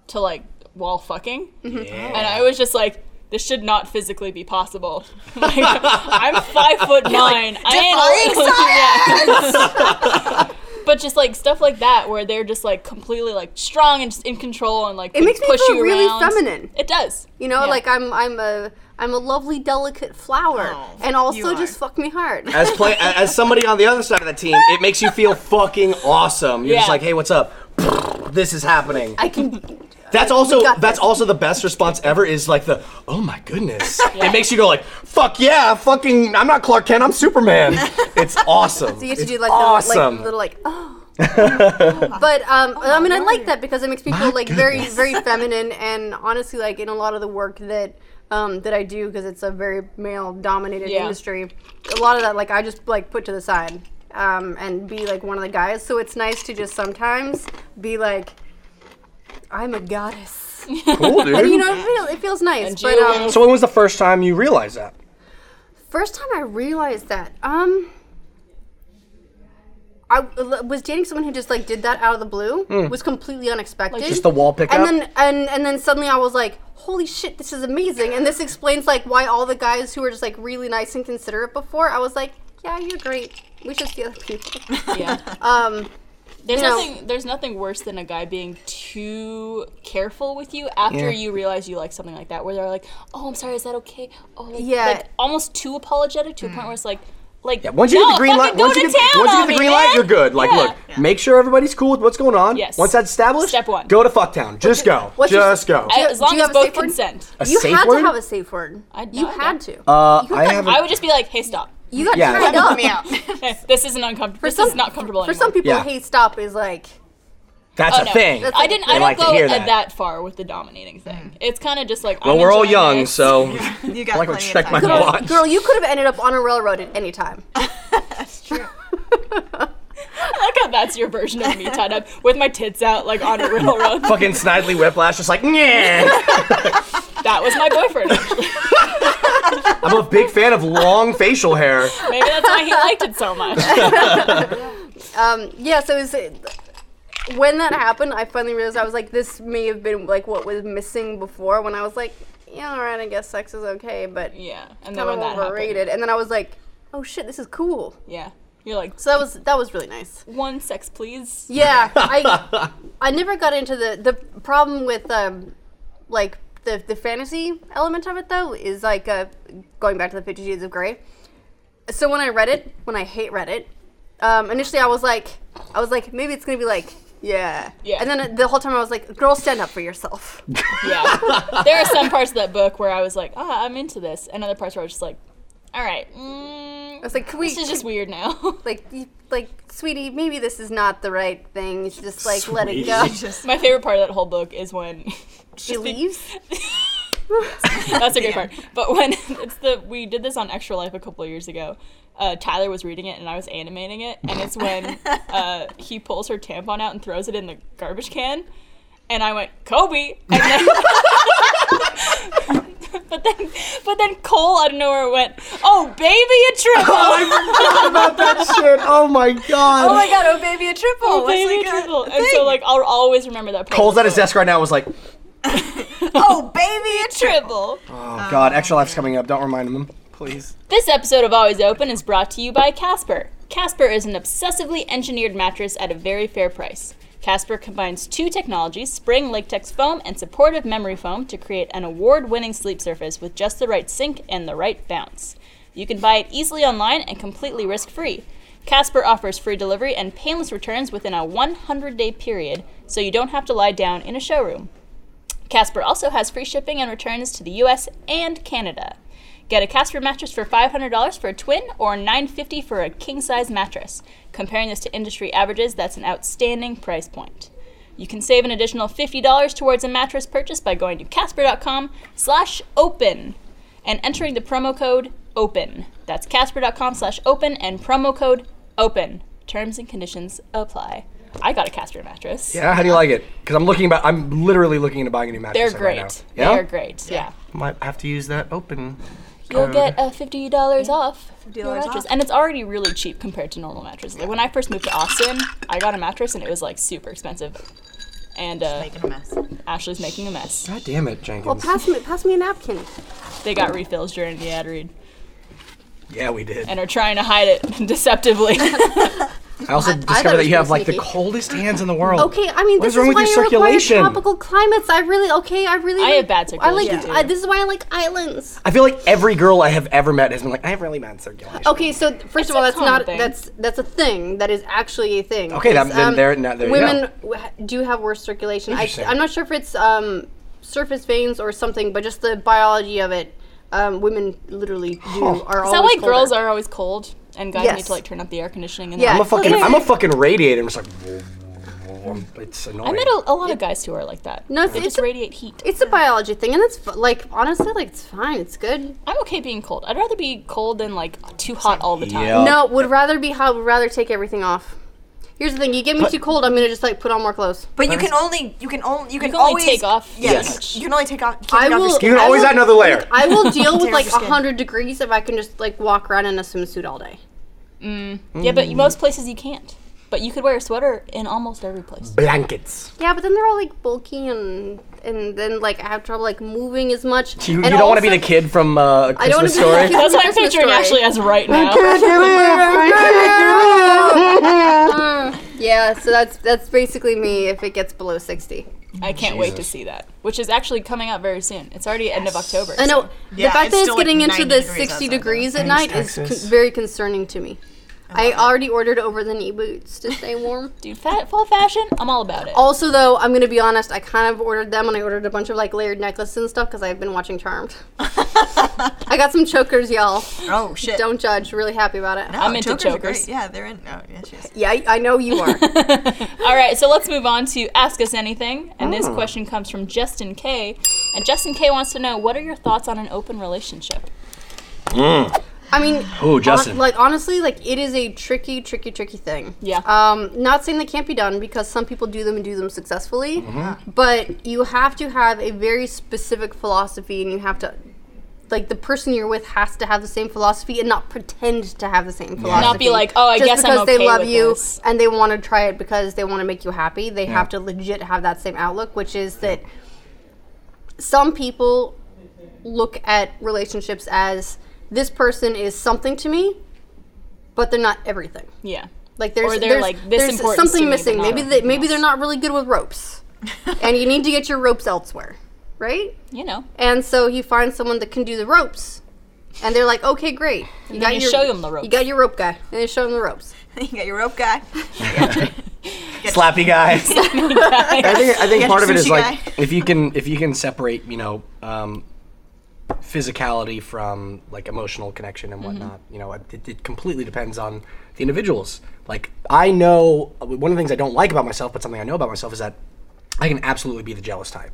Speaker 1: to like while fucking, and I was just like, "This should not physically be possible." (laughs) like, I'm five foot nine. I ain't (laughs) yeah. But just like stuff like that, where they're just like completely like strong and just in control and like
Speaker 2: It makes me
Speaker 1: push
Speaker 2: feel
Speaker 1: you
Speaker 2: really
Speaker 1: around.
Speaker 2: feminine.
Speaker 1: It does.
Speaker 2: You know,
Speaker 1: Yeah.
Speaker 2: like I'm, I'm a, I'm a lovely, delicate flower,
Speaker 3: Oh,
Speaker 2: and also
Speaker 3: you
Speaker 2: just
Speaker 3: are.
Speaker 2: fuck me hard. (laughs)
Speaker 4: as play as somebody on the other side of the team, it makes you feel fucking awesome. You're just
Speaker 1: Yeah.
Speaker 4: like, hey, what's up? (laughs) This is happening.
Speaker 2: I can.
Speaker 4: That's also
Speaker 2: got
Speaker 4: that's
Speaker 2: this.
Speaker 4: also the best response ever. Is like the oh my
Speaker 2: (laughs)
Speaker 4: goodness. It makes you go like fuck yeah, fucking. I'm not Clark Kent.
Speaker 2: (laughs)
Speaker 4: I'm Superman. It's awesome.
Speaker 2: So you have to
Speaker 4: It's
Speaker 2: do like
Speaker 4: awesome.
Speaker 2: the like, little like
Speaker 4: (laughs)
Speaker 2: oh. but um, I mean, I like that because it makes me
Speaker 4: My
Speaker 2: feel like very
Speaker 4: goodness.
Speaker 2: very feminine and honestly, like in a lot of the work that um, that I do because it's a very male dominated
Speaker 1: Yeah.
Speaker 2: industry. A lot of that, like I just like put to the side um, and be like one of the guys. So it's nice to just sometimes be like, I'm a goddess. (laughs)
Speaker 4: cool, dude.
Speaker 2: You know, it feels, it feels nice. But
Speaker 1: you
Speaker 2: um,
Speaker 4: so when was the first time you realized that?
Speaker 2: First time I realized that, um, I l- was dating someone who just like did that out of the blue. Was completely unexpected.
Speaker 4: Hmm. Just the wall pickup.
Speaker 2: and then and and then suddenly I was like, holy shit, this is amazing. And this explains like why all the guys who were just like really nice and considerate before, I was like, yeah, you're great. We should see other people.
Speaker 4: (laughs)
Speaker 2: (laughs)
Speaker 1: yeah.
Speaker 2: Um,
Speaker 1: There's
Speaker 2: You know-
Speaker 1: nothing. There's nothing worse than a guy being too careful with you after
Speaker 4: Yeah.
Speaker 1: you realize you like something like that, where they're like, "Oh, I'm sorry. Is that okay?" Oh, like,
Speaker 2: Yeah.
Speaker 1: Like almost too apologetic to a point where it's like, like
Speaker 4: Mm. Yeah, once you
Speaker 1: no,
Speaker 4: get the green
Speaker 1: fucking
Speaker 4: light,
Speaker 1: go
Speaker 4: once you
Speaker 1: to
Speaker 4: get,
Speaker 1: town
Speaker 4: once you
Speaker 1: on
Speaker 4: get the
Speaker 1: me,
Speaker 4: green light,
Speaker 1: man.
Speaker 4: you're good. Like,
Speaker 1: Yeah.
Speaker 4: look, make sure everybody's cool with what's going on.
Speaker 1: Yes.
Speaker 4: Once that's established,
Speaker 1: Step one.
Speaker 4: go to Fucktown. Just go.
Speaker 2: What's your-
Speaker 4: Just go.
Speaker 1: I-
Speaker 2: Do-
Speaker 1: as
Speaker 2: do
Speaker 1: long
Speaker 2: you
Speaker 1: as
Speaker 2: have a
Speaker 1: both
Speaker 2: safe word?
Speaker 1: consent.
Speaker 4: A
Speaker 2: you
Speaker 4: safe
Speaker 2: had
Speaker 4: word?
Speaker 2: to have a safe word.
Speaker 1: I- no,
Speaker 2: you
Speaker 1: I
Speaker 2: had
Speaker 1: don't.
Speaker 2: to.
Speaker 4: Uh,
Speaker 2: You
Speaker 4: I
Speaker 2: had-
Speaker 4: have.
Speaker 1: I would just be like, "Hey, stop."
Speaker 2: You got
Speaker 4: Yeah.
Speaker 2: tied
Speaker 3: (laughs) Help
Speaker 2: up.
Speaker 3: me out.
Speaker 1: this isn't uncomfortable. This is not comfortable
Speaker 2: (laughs) For
Speaker 1: anymore.
Speaker 2: some people,
Speaker 4: Yeah.
Speaker 2: hey, stop is like
Speaker 4: That's
Speaker 1: Oh,
Speaker 4: a
Speaker 1: no.
Speaker 4: thing.
Speaker 2: That's Mm.
Speaker 1: I didn't.
Speaker 4: They
Speaker 1: I don't
Speaker 4: like to
Speaker 1: go
Speaker 4: hear
Speaker 1: at
Speaker 4: that.
Speaker 1: that. far with the dominating thing. It's kind of just like.
Speaker 4: well,
Speaker 1: I'm
Speaker 4: we're all
Speaker 1: enjoying
Speaker 4: young,
Speaker 1: this.
Speaker 4: so
Speaker 3: (laughs) You got
Speaker 4: I
Speaker 3: plenty
Speaker 4: like to
Speaker 3: of
Speaker 4: check my
Speaker 3: time.
Speaker 2: girl,
Speaker 4: watch.
Speaker 2: girl, you could have ended up on a railroad at any time.
Speaker 1: (laughs)
Speaker 2: (laughs)
Speaker 3: (laughs)
Speaker 1: Like how that's your version of me tied up with my tits out, like
Speaker 4: (laughs)
Speaker 1: on a railroad.
Speaker 4: Fucking Snidely Whiplash, just like, yeah.
Speaker 1: that was my
Speaker 2: (laughs)
Speaker 1: boyfriend. Actually.
Speaker 4: I'm a big fan of long facial hair.
Speaker 1: Maybe that's why he liked it so
Speaker 2: (laughs)
Speaker 1: much.
Speaker 2: Um, yeah, so is it, when that happened, I finally realized I was like, this may have been like what was missing before when I was like, yeah, all right, I guess sex is okay, but
Speaker 1: Yeah, and then
Speaker 2: kind of
Speaker 1: when that happened,
Speaker 2: overrated. And then I was like, oh shit, this is cool.
Speaker 1: yeah, you're like
Speaker 2: So that was that was really nice.
Speaker 1: one sex,
Speaker 2: (laughs)
Speaker 1: please.
Speaker 2: Yeah, I I never got into the the problem with um like the the fantasy element of it though is like uh, going back to the Fifty Shades of Grey. So when I read it, when I hate read it, um, initially I was like, I was like, maybe it's gonna be like. Yeah.
Speaker 1: Yeah.
Speaker 2: And then the whole time I was like, girl, stand up for yourself.
Speaker 1: Yeah, there are some parts of that book where I was like, ah, I'm into this, and other parts where I was just like, all right,
Speaker 2: I
Speaker 1: mm,
Speaker 2: was like, can we,
Speaker 1: this is just weird
Speaker 2: (laughs)
Speaker 1: now.
Speaker 2: like, you- like, sweetie, maybe this is not the right thing. You should just, like, let it go.
Speaker 3: Just
Speaker 1: My favorite part of that whole book is when (laughs)
Speaker 2: She leaves.
Speaker 1: that's a good part. But when (laughs) it's the we did this on Extra Life a couple of years ago. Uh, Tyler was reading it and I was animating it, and it's (laughs) when uh, he pulls her tampon out and throws it in the garbage can, and I went Kobe, and then. (laughs) But then, but then Cole out of nowhere went, "Oh, baby, a (laughs) triple! Oh,
Speaker 4: about that shit. Oh my god.
Speaker 3: Oh my god, oh baby, a triple.
Speaker 1: baby, a
Speaker 3: (laughs)
Speaker 1: triple!" And so, like, I'll always remember that. part.
Speaker 4: Cole's at his desk right now. Was like, oh
Speaker 3: oh baby, a triple.
Speaker 1: triple.
Speaker 4: "Oh god, extra life's coming up. Don't remind him, please.
Speaker 1: This episode of Always Open is brought to you by Casper. Casper is an obsessively engineered mattress at a very fair price. Casper combines two technologies, spring latex foam and supportive memory foam, to create an award winning sleep surface with just the right sink and the right bounce. You can buy it easily online and completely risk free. Casper offers free delivery and painless returns within a 100 day period, so you don't have to lie down in a showroom. Casper also has free shipping and returns to the US and Canada. Get a Casper mattress for $500 for a twin or $950 for a king size mattress. Comparing this to industry averages, that's an outstanding price point. You can save an additional $50 towards a mattress purchase by going to casper.com slash open and entering the promo code open. That's casper.com slash open and promo code open. Terms and conditions apply. I got a Casper mattress.
Speaker 4: Yeah, how do you like it? Because I'm looking about. I'm literally looking into buying a new mattress.
Speaker 1: They're
Speaker 4: right now.
Speaker 1: great.
Speaker 4: Yeah,
Speaker 1: They're great. yeah.
Speaker 4: Might have to use that open.
Speaker 1: You'll get uh, fifty dollars off your
Speaker 3: $50
Speaker 1: mattress,
Speaker 3: off.
Speaker 1: and it's already really cheap compared to normal mattresses. Like when I first moved to Austin, I got a mattress and it was like super expensive. And uh,
Speaker 3: Making a mess.
Speaker 1: Ashley's making a mess.
Speaker 4: (laughs) God damn it, Jenkins.
Speaker 2: Well, pass me, pass me a napkin.
Speaker 1: They got refills during the ad read
Speaker 4: yeah, we did.
Speaker 1: and are trying to hide it (laughs) deceptively.
Speaker 4: I also
Speaker 2: thought it
Speaker 4: discovered that
Speaker 2: was
Speaker 4: you have
Speaker 2: pretty
Speaker 4: like the
Speaker 2: sneaky.
Speaker 4: coldest hands in the world.
Speaker 2: Okay, I mean,
Speaker 4: What
Speaker 2: this
Speaker 4: is wrong
Speaker 2: is
Speaker 4: with
Speaker 2: why
Speaker 4: your
Speaker 2: you require
Speaker 4: circulation?
Speaker 2: tropical climates. I really, okay, I really.
Speaker 1: I
Speaker 2: like,
Speaker 1: have bad
Speaker 2: I like.
Speaker 1: circulation,
Speaker 2: I,
Speaker 1: too.
Speaker 2: this is why I like islands.
Speaker 4: I feel like every girl I have ever met has been like, I have really bad circulation.
Speaker 2: Okay, so th- first
Speaker 1: It's
Speaker 2: of all,
Speaker 1: a
Speaker 2: that's
Speaker 1: common
Speaker 2: not
Speaker 1: thing.
Speaker 2: that's that's a thing that is actually a thing.
Speaker 4: Okay, that-
Speaker 2: It's, um,
Speaker 4: then there- now there you go.
Speaker 2: women w- ha- do have worse circulation. I,
Speaker 4: Interesting.
Speaker 2: I'm not sure if it's um, surface veins or something, but just the biology of it. Um, women literally do are
Speaker 1: Is
Speaker 2: always
Speaker 1: that why
Speaker 2: colder.
Speaker 1: girls are always cold and guys need
Speaker 2: Yes.
Speaker 1: to like turn up the air conditioning? And
Speaker 2: Yeah.
Speaker 4: I'm a
Speaker 1: that?
Speaker 4: fucking.
Speaker 2: Okay.
Speaker 4: I'm a fucking radiator. I'm just like. It's annoying.
Speaker 1: I met a, a lot of guys who are like that.
Speaker 2: No, it's-
Speaker 1: they
Speaker 2: it's
Speaker 1: just
Speaker 2: a-
Speaker 1: radiate heat.
Speaker 2: It's a biology thing, and it's f- like honestly, like it's fine. It's good.
Speaker 1: I'm okay being cold. I'd rather be cold than like too hot all the time.
Speaker 4: Yeah.
Speaker 2: No, would rather be how would rather take everything off. Here's the thing: you get me too cold, I'm gonna just like put on more clothes.
Speaker 3: But you can only you can only you can,
Speaker 1: can only
Speaker 3: always
Speaker 1: take off
Speaker 3: Yes,
Speaker 1: so much.
Speaker 3: you can only take off. You
Speaker 2: I
Speaker 3: can take off your
Speaker 2: will-
Speaker 3: skin.
Speaker 4: You can
Speaker 2: I
Speaker 4: always
Speaker 2: will-
Speaker 4: add another layer.
Speaker 2: I (laughs) will deal with
Speaker 3: Tear
Speaker 2: like
Speaker 3: your skin.
Speaker 2: 100 degrees if I can just like walk around in a swimsuit all day.
Speaker 1: Yeah, but most places you can't. But you could wear a sweater in almost every place.
Speaker 4: Blankets.
Speaker 2: Yeah, but then they're all like bulky and and then like I have trouble like moving as much.
Speaker 4: You, you
Speaker 2: And
Speaker 4: don't want to be
Speaker 2: also-
Speaker 4: the kid from uh,
Speaker 2: I don't wanna
Speaker 4: Christmas
Speaker 2: be the
Speaker 4: Story.
Speaker 2: kid
Speaker 1: That's what I'm
Speaker 2: Christmas
Speaker 1: picturing
Speaker 2: story.
Speaker 1: Ashley as right now.
Speaker 2: Yeah, so that's that's basically me if it gets below 60.
Speaker 1: I can't wait to see that, which is actually coming out very soon. It's already end of October.
Speaker 2: I know the
Speaker 3: Yeah,
Speaker 2: fact
Speaker 3: it's
Speaker 2: that it's
Speaker 3: still, like,
Speaker 2: getting into
Speaker 3: 90
Speaker 2: the
Speaker 3: degrees
Speaker 2: 60
Speaker 3: outside,
Speaker 2: degrees at night is
Speaker 4: Texas.
Speaker 2: con- very concerning to me. I already ordered over the knee boots to stay warm.
Speaker 1: Dude, fat, fall fashion, I'm all about it.
Speaker 2: also, though, I'm gonna be honest. I kind of ordered them, and I ordered a bunch of like layered necklaces and stuff because I've been watching Charmed. I got some chokers, y'all.
Speaker 3: (laughs) Oh shit!
Speaker 2: Don't judge. Really happy about it.
Speaker 3: No,
Speaker 1: I'm into
Speaker 3: chokers. are
Speaker 1: chokers.
Speaker 3: great. Yeah, they're in. Oh yes, yes.
Speaker 2: Yeah, I, I know you
Speaker 1: (laughs)
Speaker 2: are.
Speaker 1: (laughs) All right, so let's move on to Ask Us Anything. And this question comes from Justin K. And Justin K wants to know what are your thoughts on an open relationship?
Speaker 2: I mean,
Speaker 4: Mm. Ooh, Justin.
Speaker 2: like honestly, like it is a tricky, tricky, tricky thing.
Speaker 1: Yeah.
Speaker 2: Um, not saying they can't be done because some people do them and do them successfully, but you have to have a very specific philosophy, and you have to, like, the person you're with has to have the same philosophy and not pretend to have the same philosophy.
Speaker 1: Not be like, "Oh, I
Speaker 2: Just
Speaker 1: guess I'm
Speaker 2: because
Speaker 1: okay
Speaker 2: they love
Speaker 1: with
Speaker 2: you
Speaker 1: this."
Speaker 2: and they want to try it because they want to make you happy. They have to legit have that same outlook, which is that some people look at relationships as this person is something to me, but they're not everything.
Speaker 1: Yeah.
Speaker 2: Like there's
Speaker 1: Or they're,
Speaker 2: there's,
Speaker 1: like, this
Speaker 2: there's
Speaker 1: importance to
Speaker 2: something
Speaker 1: me, but
Speaker 2: missing.
Speaker 1: not
Speaker 2: Maybe they,
Speaker 1: everything
Speaker 2: maybe they're
Speaker 1: else.
Speaker 2: not really good
Speaker 1: (laughs)
Speaker 2: with ropes,
Speaker 3: (laughs)
Speaker 2: and you need to get your ropes elsewhere, right?
Speaker 1: You know,
Speaker 2: And so he finds someone that can do the ropes, and they're like, okay, great. You
Speaker 1: then you show 'em the
Speaker 2: You
Speaker 1: ropes.
Speaker 2: got your rope guy, and they show him the ropes.
Speaker 3: you (laughs) got your rope guy.
Speaker 4: Slappy guy. I think, I think
Speaker 3: Yeah,
Speaker 4: part of it is
Speaker 3: sushi
Speaker 4: like
Speaker 3: guy.
Speaker 4: if you can if you can separate you know um, physicality from like emotional connection and whatnot. You know, it, it completely depends on the individuals. Like I know one of the things I don't like about myself, but something I know about myself is that I can absolutely be the jealous type.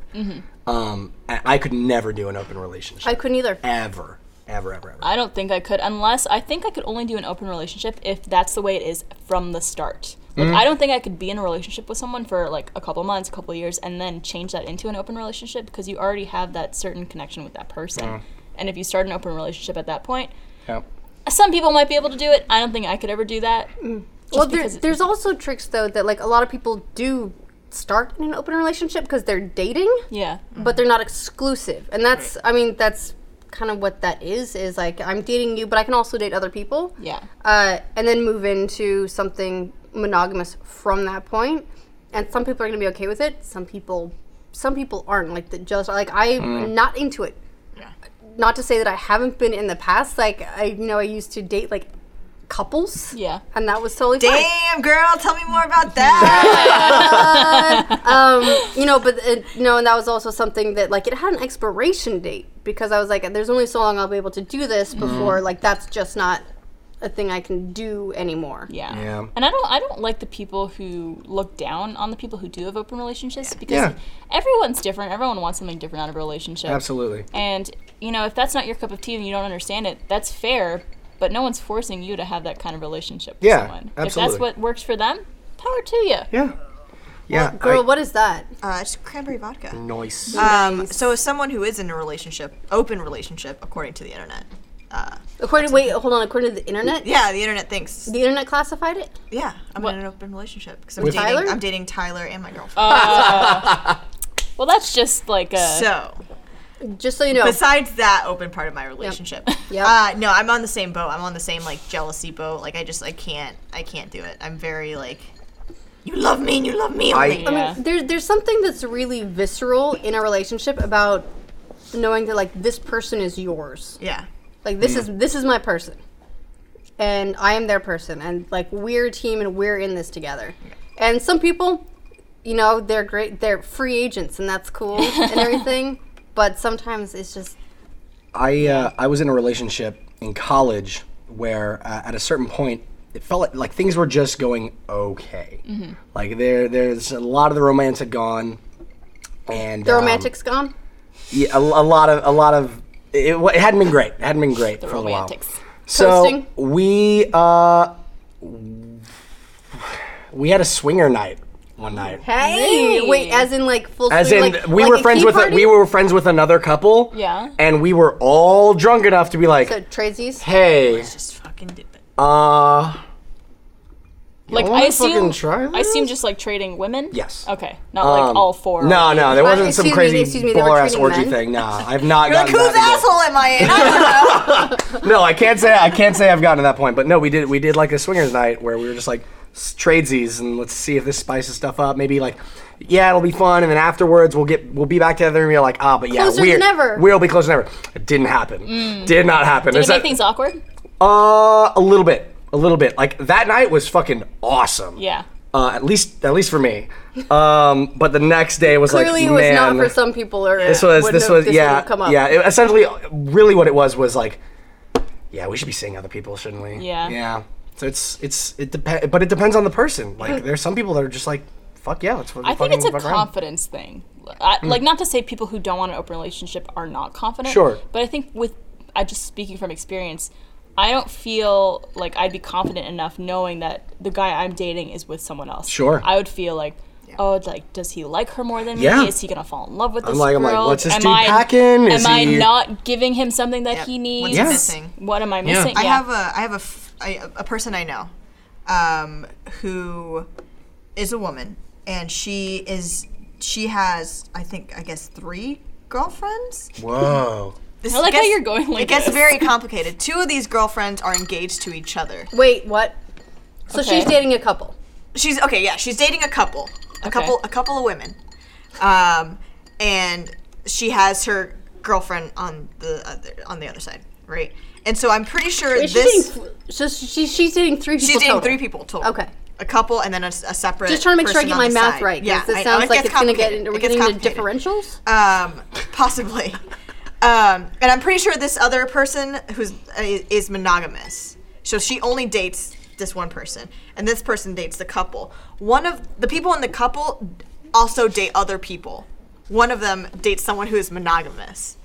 Speaker 4: Um, and I could never do an open relationship
Speaker 2: I couldn't either.
Speaker 4: ever, ever, ever, ever.
Speaker 1: I don't think I could unless I think I could only do an open relationship if that's the way it is from the start.
Speaker 4: Mm.
Speaker 1: Like I don't think I could be in a relationship with someone for like a couple months, a couple years and then change that into an open relationship because you already have that certain connection with that person. And if you start an open relationship at that point,
Speaker 4: Yeah.
Speaker 1: some people might be able to do it. I don't think I could ever do that.
Speaker 2: Mm. Well, there,
Speaker 1: because it-
Speaker 2: there's also tricks though that like a lot of people do start in an open relationship because they're dating.
Speaker 1: Yeah.
Speaker 2: but they're not exclusive and that's i mean that's kind of what that is is like i'm dating you but i can also date other people
Speaker 1: Yeah.
Speaker 2: uh, and then move into something monogamous from that point and some people are going to be okay with it some people some people aren't like the jealous like i'm not into it not to say that i haven't been in the past like i you know i used to date like couples
Speaker 1: Yeah.
Speaker 2: and that was totally fine
Speaker 3: Damn, girl, tell me more about that.
Speaker 2: um, you know, but it, no, and that was also something that like it had an expiration date because I was like, there's only so long I'll be able to do this before like that's just not a thing I can do anymore.
Speaker 1: Yeah.
Speaker 4: Yeah.
Speaker 1: And I don't I don't like the people who look down on the people who do have open relationships because
Speaker 4: Yeah.
Speaker 1: everyone's different. Everyone wants something different out of a relationship.
Speaker 4: Absolutely.
Speaker 1: And you know, if that's not your cup of tea and you don't understand it, that's fair, but no one's forcing you to have that kind of relationship with
Speaker 4: Yeah,
Speaker 1: someone. If
Speaker 4: absolutely.
Speaker 1: that's what works for them, power to you.
Speaker 4: Yeah. Yeah.
Speaker 2: Girl,
Speaker 4: I-
Speaker 2: what is that?
Speaker 3: (laughs) uh, it's cranberry vodka.
Speaker 4: Nice.
Speaker 3: Um, so as someone who is in a relationship, open relationship, according to the internet. Uh,
Speaker 2: According wait, hold on. According to the internet,
Speaker 3: yeah, the internet thinks.
Speaker 2: the internet classified it.
Speaker 3: Yeah, I'm in an open relationship because I'm dating.
Speaker 2: Tyler? Uh,
Speaker 3: I'm dating Tyler and my girlfriend.
Speaker 1: Well, that's just like a
Speaker 3: so
Speaker 2: Just so you know,
Speaker 3: besides that open part of my relationship,
Speaker 2: (laughs) Yep.
Speaker 3: Uh, no, I'm on the same boat. I'm on the same like jealousy boat. Like I just I can't I can't do it. I'm very like, you love me and you love me only.
Speaker 1: yeah.
Speaker 2: there, there's something that's really visceral in a relationship about knowing that like this person is yours.
Speaker 3: yeah.
Speaker 2: like this is this is my person and i am their person and like we're a team and we're in this together and some people you know they're great they're free agents and that's
Speaker 4: (laughs)
Speaker 2: cool and everything but sometimes it's just
Speaker 4: I uh, I was in a relationship in college where uh, at a certain point it felt like, like things were just going okay.
Speaker 2: Mm-hmm.
Speaker 4: Like there there's a lot of the romance had gone, and
Speaker 2: the
Speaker 4: um,
Speaker 2: romantic's gone
Speaker 4: yeah, a, a lot of a lot of it, it hadn't been great. It hadn't been great for a
Speaker 1: romantics.
Speaker 4: little while. So
Speaker 2: Coasting?
Speaker 4: we uh, we had a swinger night one night.
Speaker 2: hey wait as in like full
Speaker 4: As
Speaker 2: swing,
Speaker 4: in,
Speaker 2: like-
Speaker 4: we
Speaker 2: like
Speaker 4: were
Speaker 2: a
Speaker 4: friends
Speaker 2: key
Speaker 4: with a,
Speaker 2: party?
Speaker 4: we were friends with another couple.
Speaker 1: Yeah.
Speaker 4: and we were all drunk enough to be like,
Speaker 2: so tradesies
Speaker 4: "Hey,
Speaker 3: Just fucking do it.
Speaker 4: Uh,
Speaker 1: like
Speaker 4: wanna
Speaker 1: I assume
Speaker 4: fucking try
Speaker 1: I assume
Speaker 4: this?
Speaker 1: just like trading women.
Speaker 4: Yes.
Speaker 1: Okay. Not like
Speaker 4: um,
Speaker 1: all four.
Speaker 4: No, no, there wasn't
Speaker 2: excuse
Speaker 4: some
Speaker 2: me,
Speaker 4: crazy
Speaker 2: excuse me, they were
Speaker 4: baller ass
Speaker 2: treating
Speaker 4: orgy
Speaker 2: men? (laughs)
Speaker 4: thing. Nah, I've not
Speaker 3: Like
Speaker 4: gotten
Speaker 3: whose
Speaker 4: that.
Speaker 3: asshole am I in? I don't know.
Speaker 4: No, I can't say I can't say I've gotten to that point. But no, we did we did like a swingers night where we were just like s- tradesies and let's see if this spices stuff up. Maybe like. Yeah, it'll be fun, and then afterwards we'll get we'll be back together and be like, ah, but yeah,
Speaker 2: Closer
Speaker 4: we're
Speaker 2: than ever.
Speaker 4: we'll be closer than ever. It didn't happen. Did not happen.
Speaker 1: Mm. Did
Speaker 4: Is
Speaker 1: it make
Speaker 4: that-
Speaker 1: things awkward?
Speaker 4: Uh, a little bit. A a little bit. Like that night was fucking awesome.
Speaker 1: Yeah.
Speaker 4: Uh, at least, at least for me. Um, but the next day was
Speaker 2: Clearly,
Speaker 4: like,
Speaker 2: it was
Speaker 4: man,
Speaker 2: not for some people. Or
Speaker 4: This was, this was, yeah,
Speaker 2: Come up.
Speaker 4: yeah. It, essentially, really, what it was was like, yeah, we should be seeing other people, shouldn't we?
Speaker 1: Yeah.
Speaker 4: Yeah. So it's, it's, it depends, but it depends on the person. Like, there's some people that are just like, fuck yeah, let's.
Speaker 1: I think it's a confidence thing. I,
Speaker 4: Mm.
Speaker 1: like, not to say people who don't want an open relationship are not confident.
Speaker 4: Sure.
Speaker 1: But I think with, I just speaking from experience, I don't feel like I'd be confident enough knowing that the guy I'm dating is with someone else.
Speaker 4: Sure.
Speaker 1: I would feel like, oh, it's like, does he like her more than
Speaker 4: Yeah.
Speaker 1: me? Is he gonna fall in love with this
Speaker 4: like- I'm
Speaker 1: girl?
Speaker 4: like, what's this
Speaker 1: am
Speaker 4: dude
Speaker 1: I,
Speaker 4: packing? Is
Speaker 1: am
Speaker 4: he-
Speaker 1: I not giving him something that
Speaker 3: Yep.
Speaker 1: he
Speaker 3: What's
Speaker 1: needs?
Speaker 3: he
Speaker 4: Yes.
Speaker 3: missing?
Speaker 1: What am I missing?
Speaker 3: I
Speaker 1: Yeah.
Speaker 3: have a I have a f- I, a person I know, um, who is a woman, and she is she has I think I guess three girlfriends.
Speaker 4: Whoa.
Speaker 3: This
Speaker 1: I like how
Speaker 3: gets-
Speaker 1: you're going like
Speaker 3: It gets
Speaker 1: this. (laughs)
Speaker 3: very complicated. Two of these girlfriends are engaged to each other.
Speaker 2: Wait, what? So
Speaker 1: Okay.
Speaker 2: she's dating a couple.
Speaker 3: She's okay. Yeah, she's dating a couple, a couple, a couple of women, um, and she has her girlfriend on the other, on the other side, right? And so I'm pretty sure
Speaker 2: Wait, she's
Speaker 3: this.
Speaker 2: dating, so she, she's dating three people.
Speaker 3: She's dating
Speaker 2: total.
Speaker 3: three people total.
Speaker 2: Okay.
Speaker 3: A couple and then a, s- a separate.
Speaker 2: Just trying to make sure I
Speaker 3: person
Speaker 2: get
Speaker 3: on
Speaker 2: my
Speaker 3: the
Speaker 2: math
Speaker 3: side.
Speaker 2: right.
Speaker 3: Yeah,
Speaker 2: because it
Speaker 3: I know,
Speaker 2: sounds
Speaker 3: it
Speaker 2: like
Speaker 3: gets
Speaker 2: it's going to get.
Speaker 3: complicated.
Speaker 2: Are we
Speaker 3: It gets
Speaker 2: getting into
Speaker 3: complicated.
Speaker 2: differentials?
Speaker 3: Um, (laughs) possibly. um, and I'm pretty sure this other person who's uh, is monogamous, so she only dates this one person, and this person dates the couple. One of the people in the couple also date other people. One of them dates someone who is monogamous.